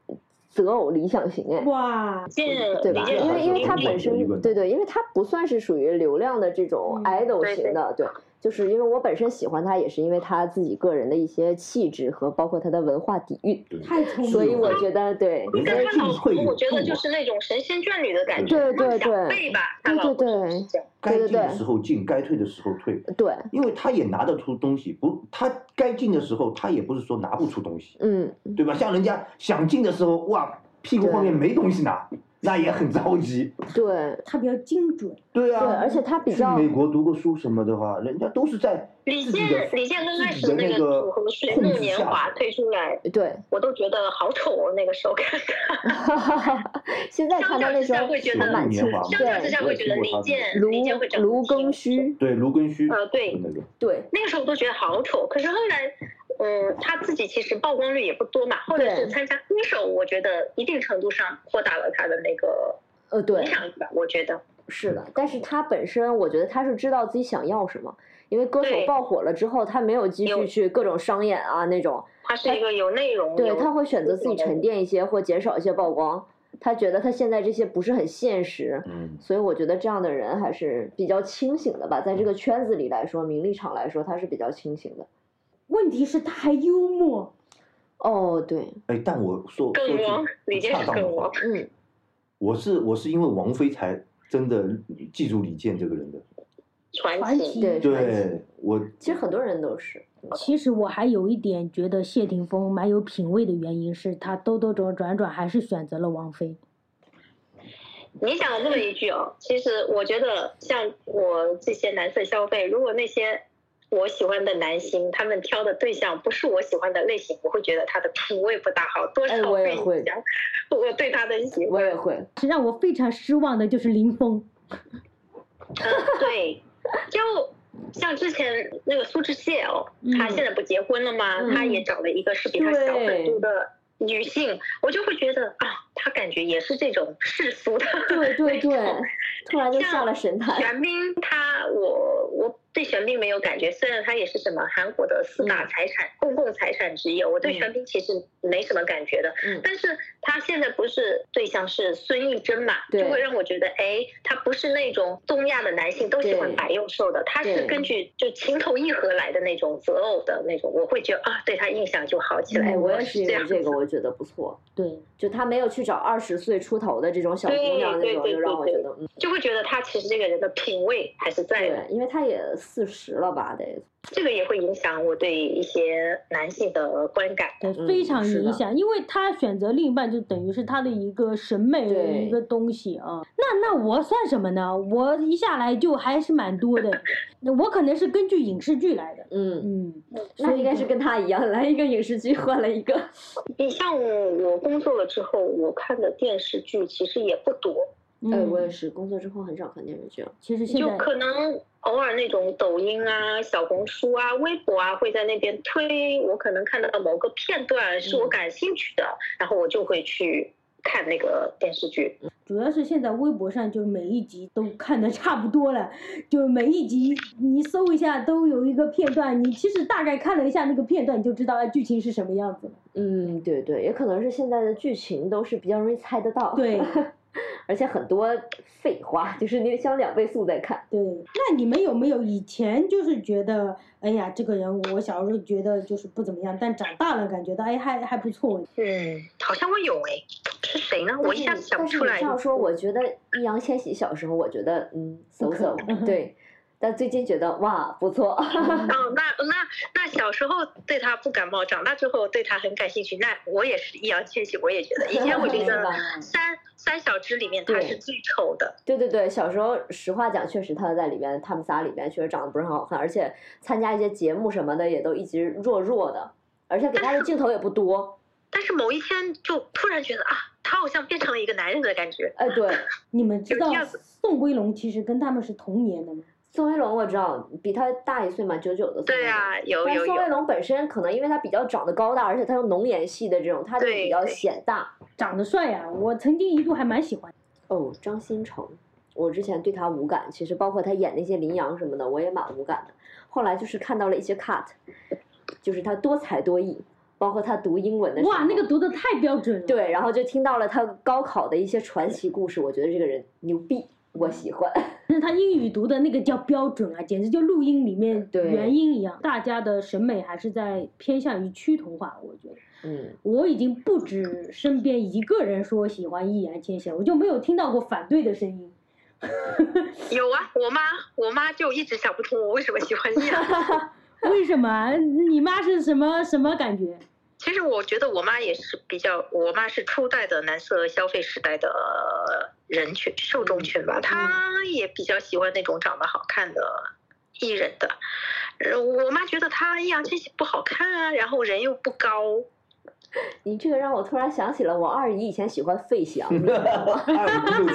Speaker 4: 择偶理想型哎。
Speaker 2: 哇，
Speaker 1: 进
Speaker 4: 对
Speaker 1: 李
Speaker 4: 吧？
Speaker 5: 这
Speaker 1: 健
Speaker 4: 因
Speaker 5: 还
Speaker 4: 为
Speaker 5: 是
Speaker 4: 因为
Speaker 5: 很有
Speaker 4: 他本
Speaker 5: 疑问
Speaker 4: 身
Speaker 5: 的
Speaker 4: 对对，因为他不算是属于流量的这种
Speaker 2: 嗯
Speaker 4: idol
Speaker 1: 对
Speaker 4: 型的，对就是因为我本身喜欢他，也是因为他自己个人的一些气质和包括他的文化底蕴，
Speaker 5: 对
Speaker 2: 太聪明了。
Speaker 4: 所以我觉得对，
Speaker 5: 人家
Speaker 1: 但他老
Speaker 5: 进退有
Speaker 1: 婆，
Speaker 5: 度
Speaker 1: 我觉得就
Speaker 5: 啊
Speaker 1: 是那种神仙眷侣的感觉，
Speaker 4: 对
Speaker 1: 像
Speaker 4: 对
Speaker 1: 小
Speaker 4: 对
Speaker 1: 贝吧，他老婆
Speaker 4: 对对
Speaker 1: 就
Speaker 4: 对
Speaker 1: 是这样
Speaker 5: 该进
Speaker 4: 对
Speaker 5: 的
Speaker 4: 对
Speaker 5: 时候进，该退的时候退，
Speaker 4: 对，
Speaker 5: 因为他也拿得出东西，不，他该进的时候他也不是说拿不出东西，
Speaker 4: 嗯，
Speaker 5: 对吧？像人家想进的时候，哇，屁股后面没东西拿，那也很着急。
Speaker 4: 对
Speaker 2: 它比较精准。
Speaker 5: 对
Speaker 4: 对，
Speaker 5: 啊，
Speaker 4: 而且他比
Speaker 5: 去
Speaker 4: 较
Speaker 5: 美国读过书什么的话，人家都是在
Speaker 1: 李
Speaker 5: 自己的
Speaker 1: 健，李健刚开
Speaker 5: 自己
Speaker 1: 始
Speaker 5: 的那
Speaker 1: 个
Speaker 5: 个
Speaker 1: 组合是《
Speaker 5: 控
Speaker 1: 弄
Speaker 5: 制
Speaker 1: 年
Speaker 5: 下
Speaker 1: 华》推出来，
Speaker 4: 对，
Speaker 1: 我都觉得好丑哦，那个时候看。
Speaker 4: 现在看到那时候
Speaker 1: 相较之下会觉
Speaker 5: 是
Speaker 1: 得
Speaker 4: 还蛮
Speaker 5: 年
Speaker 4: 清
Speaker 5: 华嘛
Speaker 1: 相较之下会觉得
Speaker 5: 对
Speaker 1: 李健，
Speaker 4: 卢
Speaker 1: 李健会长
Speaker 4: 卢
Speaker 1: 得挺
Speaker 4: 庚戌，
Speaker 5: 对卢庚戌嗯
Speaker 1: 呃对
Speaker 5: 那个，
Speaker 4: 对
Speaker 1: 那个时候都觉得好丑，可是后来，嗯，他自己其实曝光率也不多嘛，或者是
Speaker 4: 对
Speaker 1: 参加歌手，我觉得一定程度上扩大了他的那个
Speaker 4: 呃
Speaker 1: 影
Speaker 4: 对
Speaker 1: 响力吧，我觉得。
Speaker 4: 是的，但是他本身我觉得他是知道自己想要什么，因为歌手
Speaker 1: 对
Speaker 4: 爆火了之后，他没有继续
Speaker 1: 有
Speaker 4: 去各种商演啊那种，
Speaker 1: 他是一个有内容，
Speaker 4: 对
Speaker 1: 有
Speaker 4: 他会选择自己沉淀一些或减少一些曝光，他觉得他现在这些不是很现实。
Speaker 5: 嗯，
Speaker 4: 所以我觉得这样的人还是比较清醒的吧，在这个圈子里来说，名利场来说，他是比较清醒的。
Speaker 2: 问题是他还幽默，
Speaker 4: 哦，对，
Speaker 5: 哎，但我说
Speaker 1: 更
Speaker 5: 说句
Speaker 1: 王，李
Speaker 5: 不
Speaker 1: 健
Speaker 5: 恰
Speaker 1: 是
Speaker 5: 当的
Speaker 1: 更
Speaker 5: 话
Speaker 1: 王，，
Speaker 4: 嗯，
Speaker 5: 我是我是因为王菲才真的记住李健这个人的。
Speaker 1: 传
Speaker 2: 传
Speaker 1: 奇。
Speaker 2: 奇。
Speaker 4: 对
Speaker 1: 哎
Speaker 5: 对我，
Speaker 4: 其实很多人都是，
Speaker 2: 其实我还有一点觉得谢霆锋蛮有品位的原因是他兜兜转转转还是选择了王菲。
Speaker 1: 你讲了这么一句哦，其实我觉得像我这些男色消费，如果那些我喜欢的男星，他们挑的对象不是我喜欢的类型，我会觉得他的品味不大好，多
Speaker 4: 哎
Speaker 1: 少
Speaker 4: 我
Speaker 1: 会
Speaker 4: 也会
Speaker 1: 影响我对他的喜
Speaker 4: 我
Speaker 1: 欢。
Speaker 4: 也会，
Speaker 2: 让我非常失望的就是林峰，
Speaker 1: 嗯，对，就像之前那个苏志燮哦，他
Speaker 2: 嗯
Speaker 1: 现在不结婚了吗？
Speaker 4: 嗯
Speaker 1: 他也找了一个是比他小很多的女性，我就会觉得啊，他感觉也是这种世俗的
Speaker 4: 对对
Speaker 1: 那种
Speaker 4: 对，突然就下
Speaker 1: 像
Speaker 4: 了神坛，
Speaker 1: 玄彬他，我我对玄彬没有感觉，虽然他也是什么韩国的四大财产、公共财产之一，我对
Speaker 4: 嗯
Speaker 1: 玄彬其实没什么感觉的。
Speaker 4: 嗯，
Speaker 1: 但是他现在不是对象是孙艺珍嘛，
Speaker 4: 对
Speaker 1: 就会让我觉得，哎，他不是那种东亚的男性都喜欢
Speaker 4: 对
Speaker 1: 白幼瘦的，他是
Speaker 4: 对
Speaker 1: 根据就情投意合来的那种择偶的那种，我会觉得啊，对他印象就好起来。
Speaker 4: 哎，我也是因
Speaker 1: 这
Speaker 4: 为
Speaker 1: 样
Speaker 4: 这个，我觉得不错。
Speaker 2: 对，
Speaker 4: 就他没有去找二十岁出头的这种小姑
Speaker 1: 对
Speaker 4: 娘那
Speaker 1: 对
Speaker 4: 种，
Speaker 1: 对
Speaker 4: 就让
Speaker 1: 对
Speaker 4: 我觉
Speaker 1: 对
Speaker 4: 得，嗯，
Speaker 1: 就会觉得他其实这个人的品味还是在的。
Speaker 4: 对，因为他也四十了吧，得，
Speaker 1: 这个也会影响我对一些男性的观感。
Speaker 2: 对，
Speaker 4: 嗯
Speaker 2: 非常
Speaker 4: 是的嗯
Speaker 2: 影响，因为他选择另一半就等于是他的一个审美的
Speaker 4: 对
Speaker 2: 一个东西啊。那那我算什么呢？我一下来就还是蛮多的，那我可能是根据影视剧来的，
Speaker 4: 嗯，
Speaker 2: 嗯，
Speaker 4: 那应该是跟他一样， 来一个影视剧换了一个，
Speaker 1: 你嗯像我工作了之后，我看的电视剧其实也不多，
Speaker 2: 嗯
Speaker 4: 哎，我也是，工作之后很少看电视剧了，
Speaker 2: 其实现
Speaker 1: 就
Speaker 2: 在
Speaker 1: 可能偶尔那种抖音啊、小红书啊、微博啊会在那边推，我可能看到某个片段是我
Speaker 4: 嗯
Speaker 1: 感兴趣的，然后我就会去看那个电视剧。
Speaker 2: 主要是现在微博上就是每一集都看的差不多了，就是每一集你搜一下都有一个片段，你其实大概看了一下那个片段，你就知道哎剧情是什么样子了。
Speaker 4: 嗯，对对，也可能是现在的剧情都是比较容易猜得到，
Speaker 2: 对
Speaker 4: 而且很多废话，就是你想两倍速在看，
Speaker 2: 对，那你们有没有以前就是觉得，哎呀，这个人我小时候觉得就是不怎么样，但长大了感觉到哎还还不错，
Speaker 1: 嗯，好像我有哎，是谁呢？我一下
Speaker 4: 但
Speaker 1: 子
Speaker 4: 是
Speaker 1: 想
Speaker 4: 但
Speaker 1: 不
Speaker 4: 是
Speaker 1: 出
Speaker 4: 你
Speaker 1: 来
Speaker 4: 这。样说，我觉得易烊千玺小时候，我觉得嗯，
Speaker 2: 不
Speaker 4: 嗖
Speaker 2: 可
Speaker 4: 嗖，对，但最近觉得哇不错，
Speaker 1: 哦，那那那小时候对他不感冒，长大之后对他很感兴趣。那我也是易烊千玺，我也觉得以前我 觉
Speaker 4: 是吧
Speaker 1: 得三三小只里面他
Speaker 4: 对
Speaker 1: 是最丑的。
Speaker 4: 对对对，小时候实话讲，确实他在里面，他们仨里面确实长得不是很好看，而且参加一些节目什么的也都一直弱弱的，而且给他的镜头也不多。
Speaker 1: 但是某一天就突然觉得啊，他好像变成了一个男人的感觉。
Speaker 4: 哎，对，
Speaker 2: 你们知
Speaker 1: 有
Speaker 2: 道
Speaker 1: 这样子
Speaker 2: 宋威龙其实跟他们是同年的吗？
Speaker 4: 宋威龙我知道，比他大一岁嘛，九九的。
Speaker 1: 对啊，有
Speaker 4: 但
Speaker 1: 有
Speaker 4: 是宋威
Speaker 1: 有，
Speaker 4: 龙本身可能因为他比较长得高大，而且他又浓颜系的这种，他就
Speaker 1: 对
Speaker 4: 比较
Speaker 1: 对
Speaker 4: 显大。
Speaker 2: 长得帅呀、我曾经一度还蛮喜欢。
Speaker 4: 哦，张新成，我之前对他无感，其实包括他演那些羚羊什么的，我也蛮无感的。后来就是看到了一些 cut，就是他多才多艺，包括他读英文的时候。
Speaker 2: 哇，那个读的太标准了。
Speaker 4: 对，然后就听到了他高考的一些传奇故事，我觉得这个人牛逼，我喜欢。
Speaker 2: 那他英语读的那个叫标准啊，简直就录音里面
Speaker 4: 对
Speaker 2: 原音一样。大家的审美还是在偏向于趋同化，我觉得。
Speaker 4: 嗯，
Speaker 2: 我已经不止身边一个人说喜欢易烊千玺，我就没有听到过反对的声音。
Speaker 1: 有啊！我妈，我妈就一直想 不通我为什么喜欢这样。
Speaker 2: 为什么？你妈是什么什么感觉？
Speaker 1: 其实我觉得我妈也是比较，我妈是初代的男色消费时代的人群受众群
Speaker 4: 嗯
Speaker 1: 吧，她也比较喜欢那种长得好看的艺人的。呃我妈觉得她，哎呀，这些不好看啊，然后人又不高，
Speaker 4: 你这个让我突然想起了我二姨以前喜欢费翔，你 知道吗
Speaker 5: 二五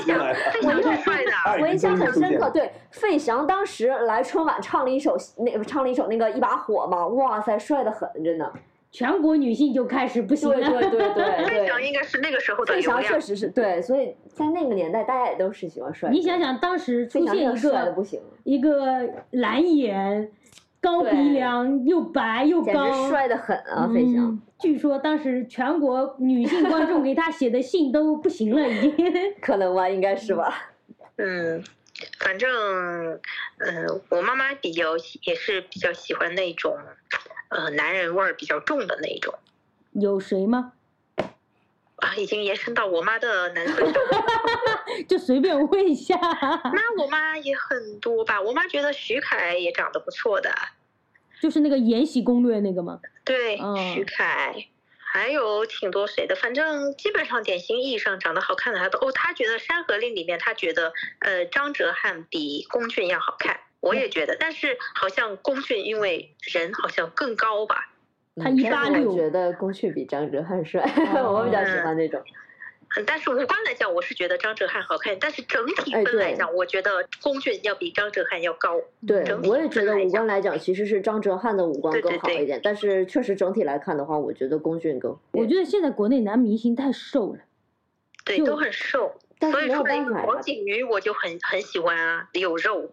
Speaker 5: 就出
Speaker 1: 非
Speaker 5: 来了，
Speaker 1: 常帅的。
Speaker 5: 嗯
Speaker 1: 啊
Speaker 5: 二
Speaker 4: 呃我
Speaker 5: 姨
Speaker 4: 印
Speaker 5: 终
Speaker 4: 象
Speaker 5: 于
Speaker 4: 很
Speaker 5: 出
Speaker 4: 深
Speaker 5: 现
Speaker 4: 刻，
Speaker 5: 了。
Speaker 4: 对，费翔当时来春晚唱了一首那唱了一首那个一把火嘛，哇塞，帅得很，真的。
Speaker 2: 全国女性就开始不行
Speaker 4: 对
Speaker 2: 了。
Speaker 4: 对对
Speaker 1: 费
Speaker 4: 对
Speaker 1: 翔
Speaker 4: 对，
Speaker 1: 应该是那个时候的
Speaker 4: 费
Speaker 1: 流
Speaker 4: 翔确
Speaker 1: 量，
Speaker 4: 实是对，所以在那个年代，大家也都是喜欢帅哥。
Speaker 2: 你想想，当时
Speaker 4: 费
Speaker 2: 出
Speaker 4: 翔真
Speaker 2: 现
Speaker 4: 的
Speaker 2: 一
Speaker 4: 帅的
Speaker 2: 个
Speaker 4: 不行，
Speaker 2: 一个蓝眼、高
Speaker 4: 对
Speaker 2: 鼻梁、又白又
Speaker 4: 简直
Speaker 2: 高，
Speaker 4: 帅得很啊！费翔
Speaker 2: 嗯，据说当时全国女性观众给他写的信都不行了，已经。
Speaker 4: 可能吧，应该是吧。
Speaker 1: 嗯，反正，嗯、我妈妈比较喜也是比较喜欢那种，呃，男人味儿比较重的那一种。
Speaker 2: 有谁吗？
Speaker 1: 啊，已经延伸到我妈的男色 消费
Speaker 2: 就随便问一下。
Speaker 1: 那我妈也很多吧。我妈觉得徐凯也长得不错的，
Speaker 2: 就是那个《延禧攻略》那个吗？
Speaker 1: 对，
Speaker 2: 嗯
Speaker 1: 徐凯，还有挺多谁的，反正基本上典型意义上长得好看的，她都哦，她觉得《山河令》里面，她觉得呃张哲瀚比龚俊要好看，我也觉得，但是好像龚俊因为人好像更高吧，
Speaker 2: 他
Speaker 4: 嗯
Speaker 2: 一
Speaker 4: 但
Speaker 2: 八
Speaker 4: 是
Speaker 2: 六
Speaker 4: 我觉得龚旭比张哲瀚帅，
Speaker 2: 哦
Speaker 4: 我比较喜欢那种。
Speaker 1: 嗯但是无关来讲，我是觉得张哲瀚好看，但是整体
Speaker 4: 哎
Speaker 1: 分来
Speaker 4: 对
Speaker 1: 讲，我觉得龚俊要比张哲瀚要高。
Speaker 4: 对
Speaker 1: 整，体
Speaker 4: 我也觉
Speaker 1: 分
Speaker 4: 得
Speaker 1: 来
Speaker 4: 五
Speaker 1: 讲
Speaker 4: 官来讲，其实是张哲瀚的五官
Speaker 1: 对对
Speaker 4: 更好
Speaker 1: 对
Speaker 4: 一点，但是确实整体来看的话，我觉得龚俊更。
Speaker 2: 我觉得现在国内男明星太瘦了。
Speaker 1: 对，
Speaker 2: 就
Speaker 1: 都很瘦，
Speaker 4: 但
Speaker 1: 所
Speaker 4: 是
Speaker 1: 以
Speaker 4: 没有
Speaker 1: 说那
Speaker 4: 办
Speaker 1: 个
Speaker 4: 法呀
Speaker 1: 黄景瑜我就很很喜欢啊，有肉。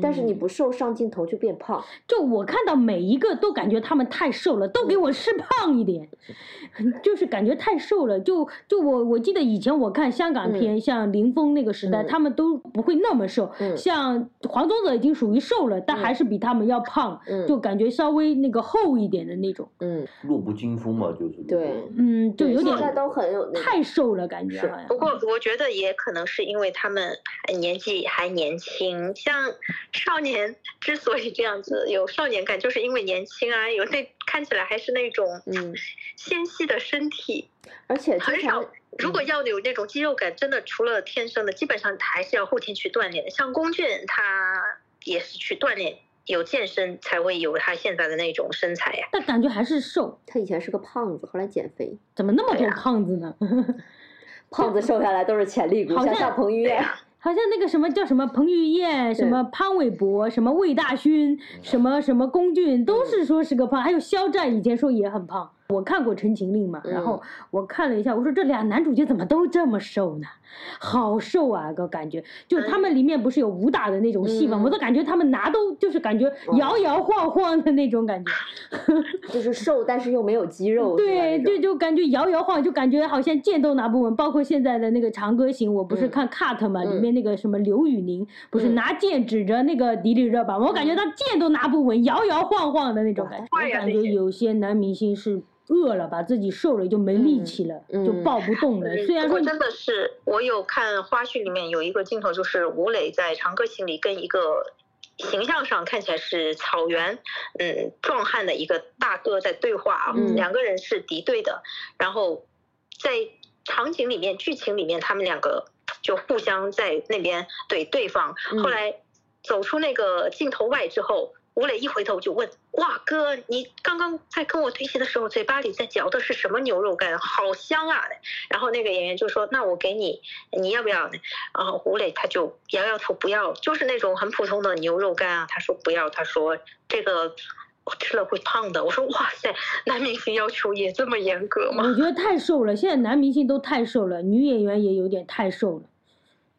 Speaker 4: 但是你
Speaker 2: 嗯
Speaker 4: 不瘦上镜头就变胖，
Speaker 2: 就我看到每一个都感觉他们太瘦了，都给我吃胖一点， 就是感觉太瘦了。就就我我记得以前我看香港片，像林峰那个时代，
Speaker 4: 嗯
Speaker 2: 他们都不会那么瘦。
Speaker 4: 嗯
Speaker 2: 像黄宗泽已经属于瘦了，但
Speaker 4: 嗯
Speaker 2: 还是比他们要胖，
Speaker 4: 嗯
Speaker 2: 就感觉稍微那个厚一点的那种。
Speaker 4: 嗯，
Speaker 5: 弱不禁风嘛，就是
Speaker 4: 对，
Speaker 2: 嗯，就
Speaker 4: 对
Speaker 2: 有
Speaker 4: 现
Speaker 2: 点
Speaker 4: 在都很有那个
Speaker 2: 太瘦了，感觉
Speaker 4: 是
Speaker 2: 好像。
Speaker 1: 不过我觉得也可能是因为他们还年纪还年轻，像少年之所以这样子有少年感，就是因为年轻啊，有那看起来还是那种
Speaker 4: 嗯，
Speaker 1: 纤细的身体，
Speaker 4: 而且经
Speaker 1: 很
Speaker 4: 常嗯
Speaker 1: 少。如果要有那种肌肉感，真的除了天生的，基本上还是要后天去锻炼的。像龚俊他也是去锻炼，有健身才会有他现在的那种身材呀、
Speaker 2: 但感觉还是瘦，
Speaker 4: 他以前是个胖子，后来减肥，
Speaker 2: 怎么那么
Speaker 1: 对
Speaker 2: 多
Speaker 1: 呀
Speaker 2: 胖子呢？
Speaker 4: 胖子瘦下来都是潜力股，
Speaker 2: 好
Speaker 4: 像
Speaker 2: 像
Speaker 4: 像彭于晏，
Speaker 2: 好像那个什么叫什么彭于晏，什
Speaker 4: 对嗯
Speaker 2: 么潘玮柏，什么魏大勋，什么什么龚俊，都是说是个胖，还有肖战以前说也很胖。我看过《陈情令》嘛，
Speaker 4: 嗯
Speaker 2: 然后我看了一下，我说这俩男主角怎么都这么瘦呢？好瘦啊，个感觉，就是他们里面不是有武打的那种戏嘛，
Speaker 4: 嗯
Speaker 2: 我都感觉他们拿都就是感觉摇摇晃晃的那种感觉，
Speaker 4: 就是瘦但是又没有肌肉，是吧
Speaker 2: 嗯对，
Speaker 4: 那
Speaker 2: 就
Speaker 4: 种
Speaker 2: 就感觉摇摇晃，就感觉好像剑都拿不稳。包括现在的那个《长歌行》，我不是
Speaker 4: 嗯
Speaker 2: 看 cut 嘛，里
Speaker 4: 嗯
Speaker 2: 面那个什么刘宇宁，不是
Speaker 4: 嗯
Speaker 2: 拿剑指着那个迪丽热巴嘛，我感觉他剑都拿不稳，摇摇晃晃的那种
Speaker 4: 哇
Speaker 2: 感觉。
Speaker 1: 坏
Speaker 2: 我
Speaker 1: 嗯呀
Speaker 2: 感
Speaker 1: 这
Speaker 2: 觉
Speaker 1: 些
Speaker 2: 有些男明星是饿了，把自己瘦了就没力
Speaker 4: 嗯
Speaker 2: 气了，
Speaker 4: 嗯
Speaker 2: 就抱不动 了。
Speaker 1: 嗯
Speaker 2: 虽然
Speaker 1: 不
Speaker 2: 说
Speaker 1: 过真的是，我有看花絮里面有一个镜头，就是吴磊在《长歌行》里跟一个形象上看起来是草原嗯壮汉的一个大哥在对话啊，
Speaker 4: 嗯
Speaker 1: 两个人是敌对的，然后在场景里面、剧情里面，他们两个就互相在那边怼对方，
Speaker 4: 嗯
Speaker 1: 后来走出那个镜头外之后。吴磊一回头就问：“哇，哥，你刚刚在跟我对戏的时候，嘴巴里在嚼的是什么牛肉干？好香啊！”然后那个演员就说：“那我给你，你要不要呢？”然后吴磊他就摇摇头，不要，就是那种很普通的牛肉干啊。他说不要，他说这个我吃了会胖的。我说哇塞，男明星要求也这么严格吗？
Speaker 2: 我觉得太瘦了，现在男明星都太瘦了，女演员也有点太瘦了，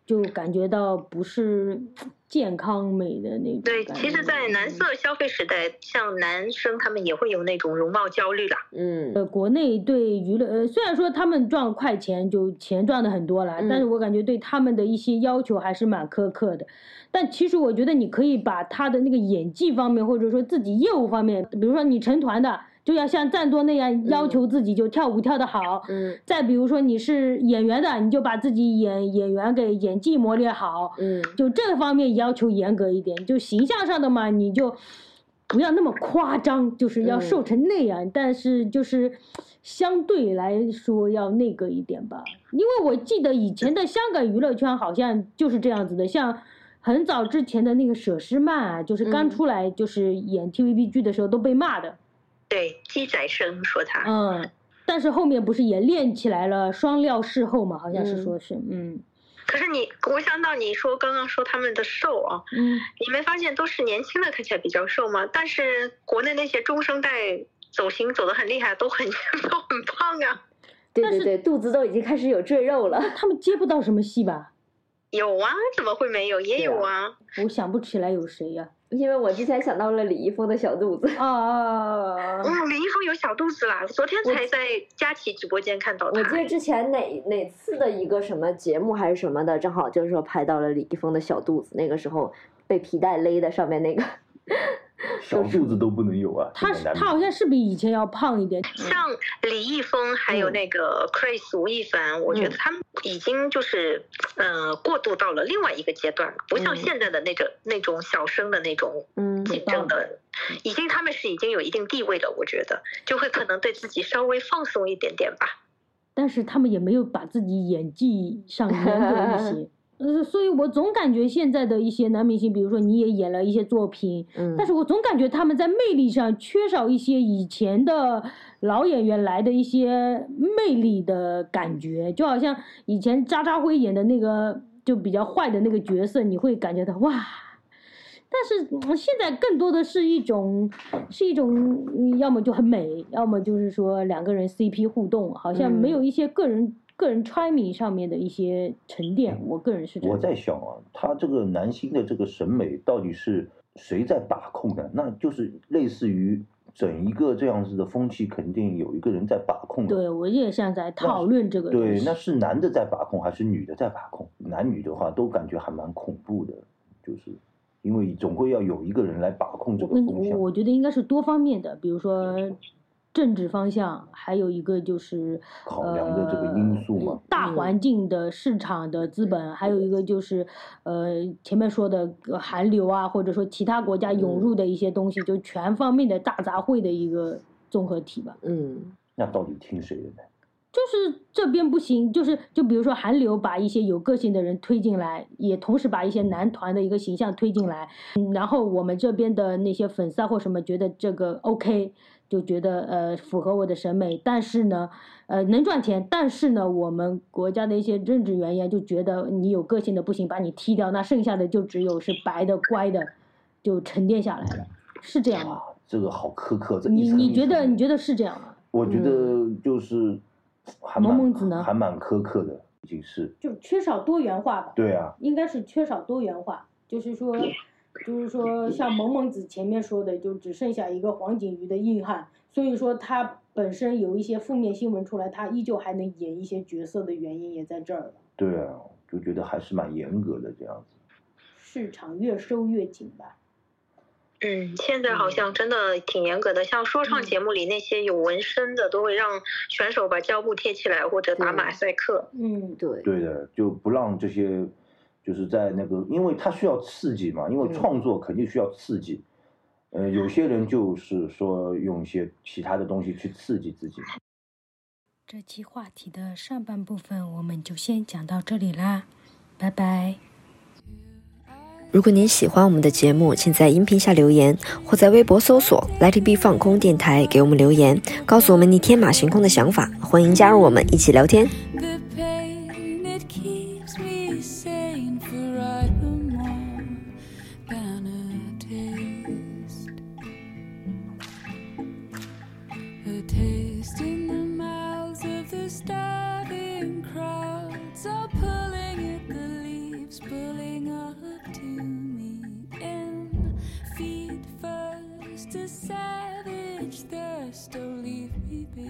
Speaker 2: 就感觉到不是健康美的那种感
Speaker 1: 对，
Speaker 2: 觉。嗯
Speaker 1: 其实，在男色消费时代，像男生他们也会有那种容貌焦虑啦。
Speaker 4: 嗯，
Speaker 2: 呃国内对娱乐，呃，虽然说他们赚快钱，就钱赚的很多了，
Speaker 4: 嗯
Speaker 2: 但是我感觉对他们的一些要求还是蛮苛刻的。但其实我觉得你可以把他的那个演技方面，或者说自己业务方面，比如说你成团的，就要像赞多那样要求自己就跳舞跳得好。
Speaker 4: 嗯
Speaker 2: 再比如说你是演员的，你就把自己演演员给演技磨练好。
Speaker 4: 嗯
Speaker 2: 就这方面要求严格一点，就形象上的嘛，你就不要那么夸张，就是要瘦成那样，但是就是相对来说要那个一点吧。因为我记得以前的香港娱乐圈好像就是这样子的，像很早之前的那个佘诗曼啊，就是刚
Speaker 4: 嗯
Speaker 2: 出来就是演 TVB 剧的时候都被骂的，
Speaker 6: 对，鸡仔生说他，
Speaker 2: 嗯，但是后面不是也练起来了双料事后嘛，好像是说是，嗯
Speaker 1: 可是你，我想到你说刚刚说他们的瘦啊，
Speaker 2: 嗯，
Speaker 1: 你没发现都是年轻的看起来比较瘦吗？但是国内那些中生代走形走得很厉害，都很 都很胖啊。
Speaker 4: 对
Speaker 2: 但
Speaker 4: 对
Speaker 2: 是
Speaker 4: 对，肚子都已经开始有赘肉了。
Speaker 2: 他们接不到什么戏吧？
Speaker 1: 有啊，怎么会没有？也
Speaker 4: 对
Speaker 1: 有啊。
Speaker 2: 我想不起来有谁呀、
Speaker 4: 因为我之前想到了李易峰的小肚子，
Speaker 2: 啊啊啊啊啊！
Speaker 1: 嗯，林一峰有小肚子啦，昨天
Speaker 4: 我
Speaker 1: 才在佳琪直播间看到
Speaker 4: 我记
Speaker 1: 他
Speaker 4: 得。之前哪哪次的一个什么节目还是什么的，正好就是说拍到了李易峰的小肚子，那个时候被皮带勒的上面那个，
Speaker 5: 小肚子都不能有啊，
Speaker 2: 他
Speaker 5: 这
Speaker 2: 是
Speaker 5: 种男
Speaker 2: 他好像是比以前要胖一点，
Speaker 1: 像李易峰还有
Speaker 4: 嗯
Speaker 1: 那个 Chris 吴亦凡，我觉得
Speaker 4: 嗯
Speaker 1: 他们已经就是，呃，过渡到了另外一个阶段了，不像
Speaker 4: 嗯
Speaker 1: 现在的那种那种小生的那种
Speaker 4: 嗯，
Speaker 1: 竞
Speaker 4: 棒
Speaker 1: 争的，已经他们是已经有一定地位了，我觉得就会可能对自己稍微放松一点点吧。
Speaker 2: 但是他们也没有把自己演技上严格一些。呃，所以我总感觉现在的一些男明星，比如说你也演了一些作品，
Speaker 4: 嗯，
Speaker 2: 但是我总感觉他们在魅力上缺少一些以前的老演员来的一些魅力的感觉，就好像以前渣渣辉演的那个就比较坏的那个角色，你会感觉到哇。但是嗯现在更多的是一种，是一种，嗯要么就很美，要么就是说两个人 CP 互动，好像
Speaker 5: 嗯
Speaker 2: 没有一些个人、个人 timing 上面的一些沉淀。我个人是这样
Speaker 5: 嗯我在想啊，他这个男星的这个审美到底是谁在把控的？那就是类似于整一个这样子的风气，肯定有一个人在把控的。
Speaker 2: 对我也想在讨论这个东
Speaker 5: 对，
Speaker 2: 西
Speaker 5: 那是男的在把控还是女的在把控？男女的话都感觉还蛮恐怖的，就是因为总会要有一个人来把控这个
Speaker 2: 嗯
Speaker 5: 风向。
Speaker 2: 我觉得应该是多方面的，比如说政治方向，还有一个就是
Speaker 5: 考量的这个因素嘛
Speaker 2: 呃大
Speaker 4: 嗯
Speaker 2: 环境的市场的资本，还有一个就是呃前面说的呃韩流啊，或者说其他国家涌
Speaker 4: 嗯
Speaker 2: 入的一些东西，就全方面的大杂烩的一个综合体吧。
Speaker 4: 嗯
Speaker 5: 那到底听谁的呢？
Speaker 2: 就是这边不行，就是就比如说韩流把一些有个性的人推进来，也同时把一些男团的一个形象推进来，嗯然后我们这边的那些粉丝啊或什么觉得这个 OK，就觉得呃符合我的审美，但是呢，呃能赚钱，但是呢，我们国家的一些政治原因啊就觉得你有个性的不行，把你踢掉，那剩下的就只有是白的乖的，就沉淀下来了，是这样吗？
Speaker 5: 啊，这个好苛刻。这一
Speaker 2: 你
Speaker 5: 层
Speaker 2: 你
Speaker 5: 一
Speaker 2: 觉
Speaker 5: 层
Speaker 2: 得
Speaker 5: 的
Speaker 2: 你觉得是这样吗？
Speaker 5: 我觉得就是还
Speaker 2: 萌
Speaker 5: 蛮
Speaker 2: 萌子呢
Speaker 5: 还蛮苛刻的，已经是
Speaker 2: 就缺少多元化吧。
Speaker 5: 对啊，
Speaker 2: 应该是缺少多元化，就是说，就是说，像萌萌子前面说的，就只剩下一个黄景瑜的硬汉，所以说他本身有一些负面新闻出来，他依旧还能演一些角色的原因也在这儿了。
Speaker 5: 对啊，就觉得还是蛮严格的这样子。
Speaker 2: 市场越收越紧吧，
Speaker 1: 嗯，现在好像真的挺严格的，像说唱
Speaker 2: 嗯
Speaker 1: 节目里那些有纹身的，都会让选手把胶布贴起来或者打
Speaker 4: 对
Speaker 1: 马赛克。
Speaker 2: 嗯，
Speaker 4: 对，
Speaker 5: 对的，就不让这些就是在那个，因为他需要刺激嘛，因为
Speaker 4: 嗯
Speaker 5: 创作肯定需要刺激。呃，有些人就是说用一些其他的东西去刺激自己，
Speaker 7: 这期话题的上半部分我们就先讲到这里啦，拜拜。
Speaker 3: 如果您喜欢我们的节目，请在音频下留言，或在微博搜索 “Let It Be 放空电台”给我们留言，告诉我们你天马行空的想法。欢迎加入我们一起聊天。
Speaker 7: The pain it keeps me sane for I am more than a taste. A taste in the mouths of the starving crowds are pulling at the leaves, pulling up to me in feet first. A savage thirst, oh leave me be.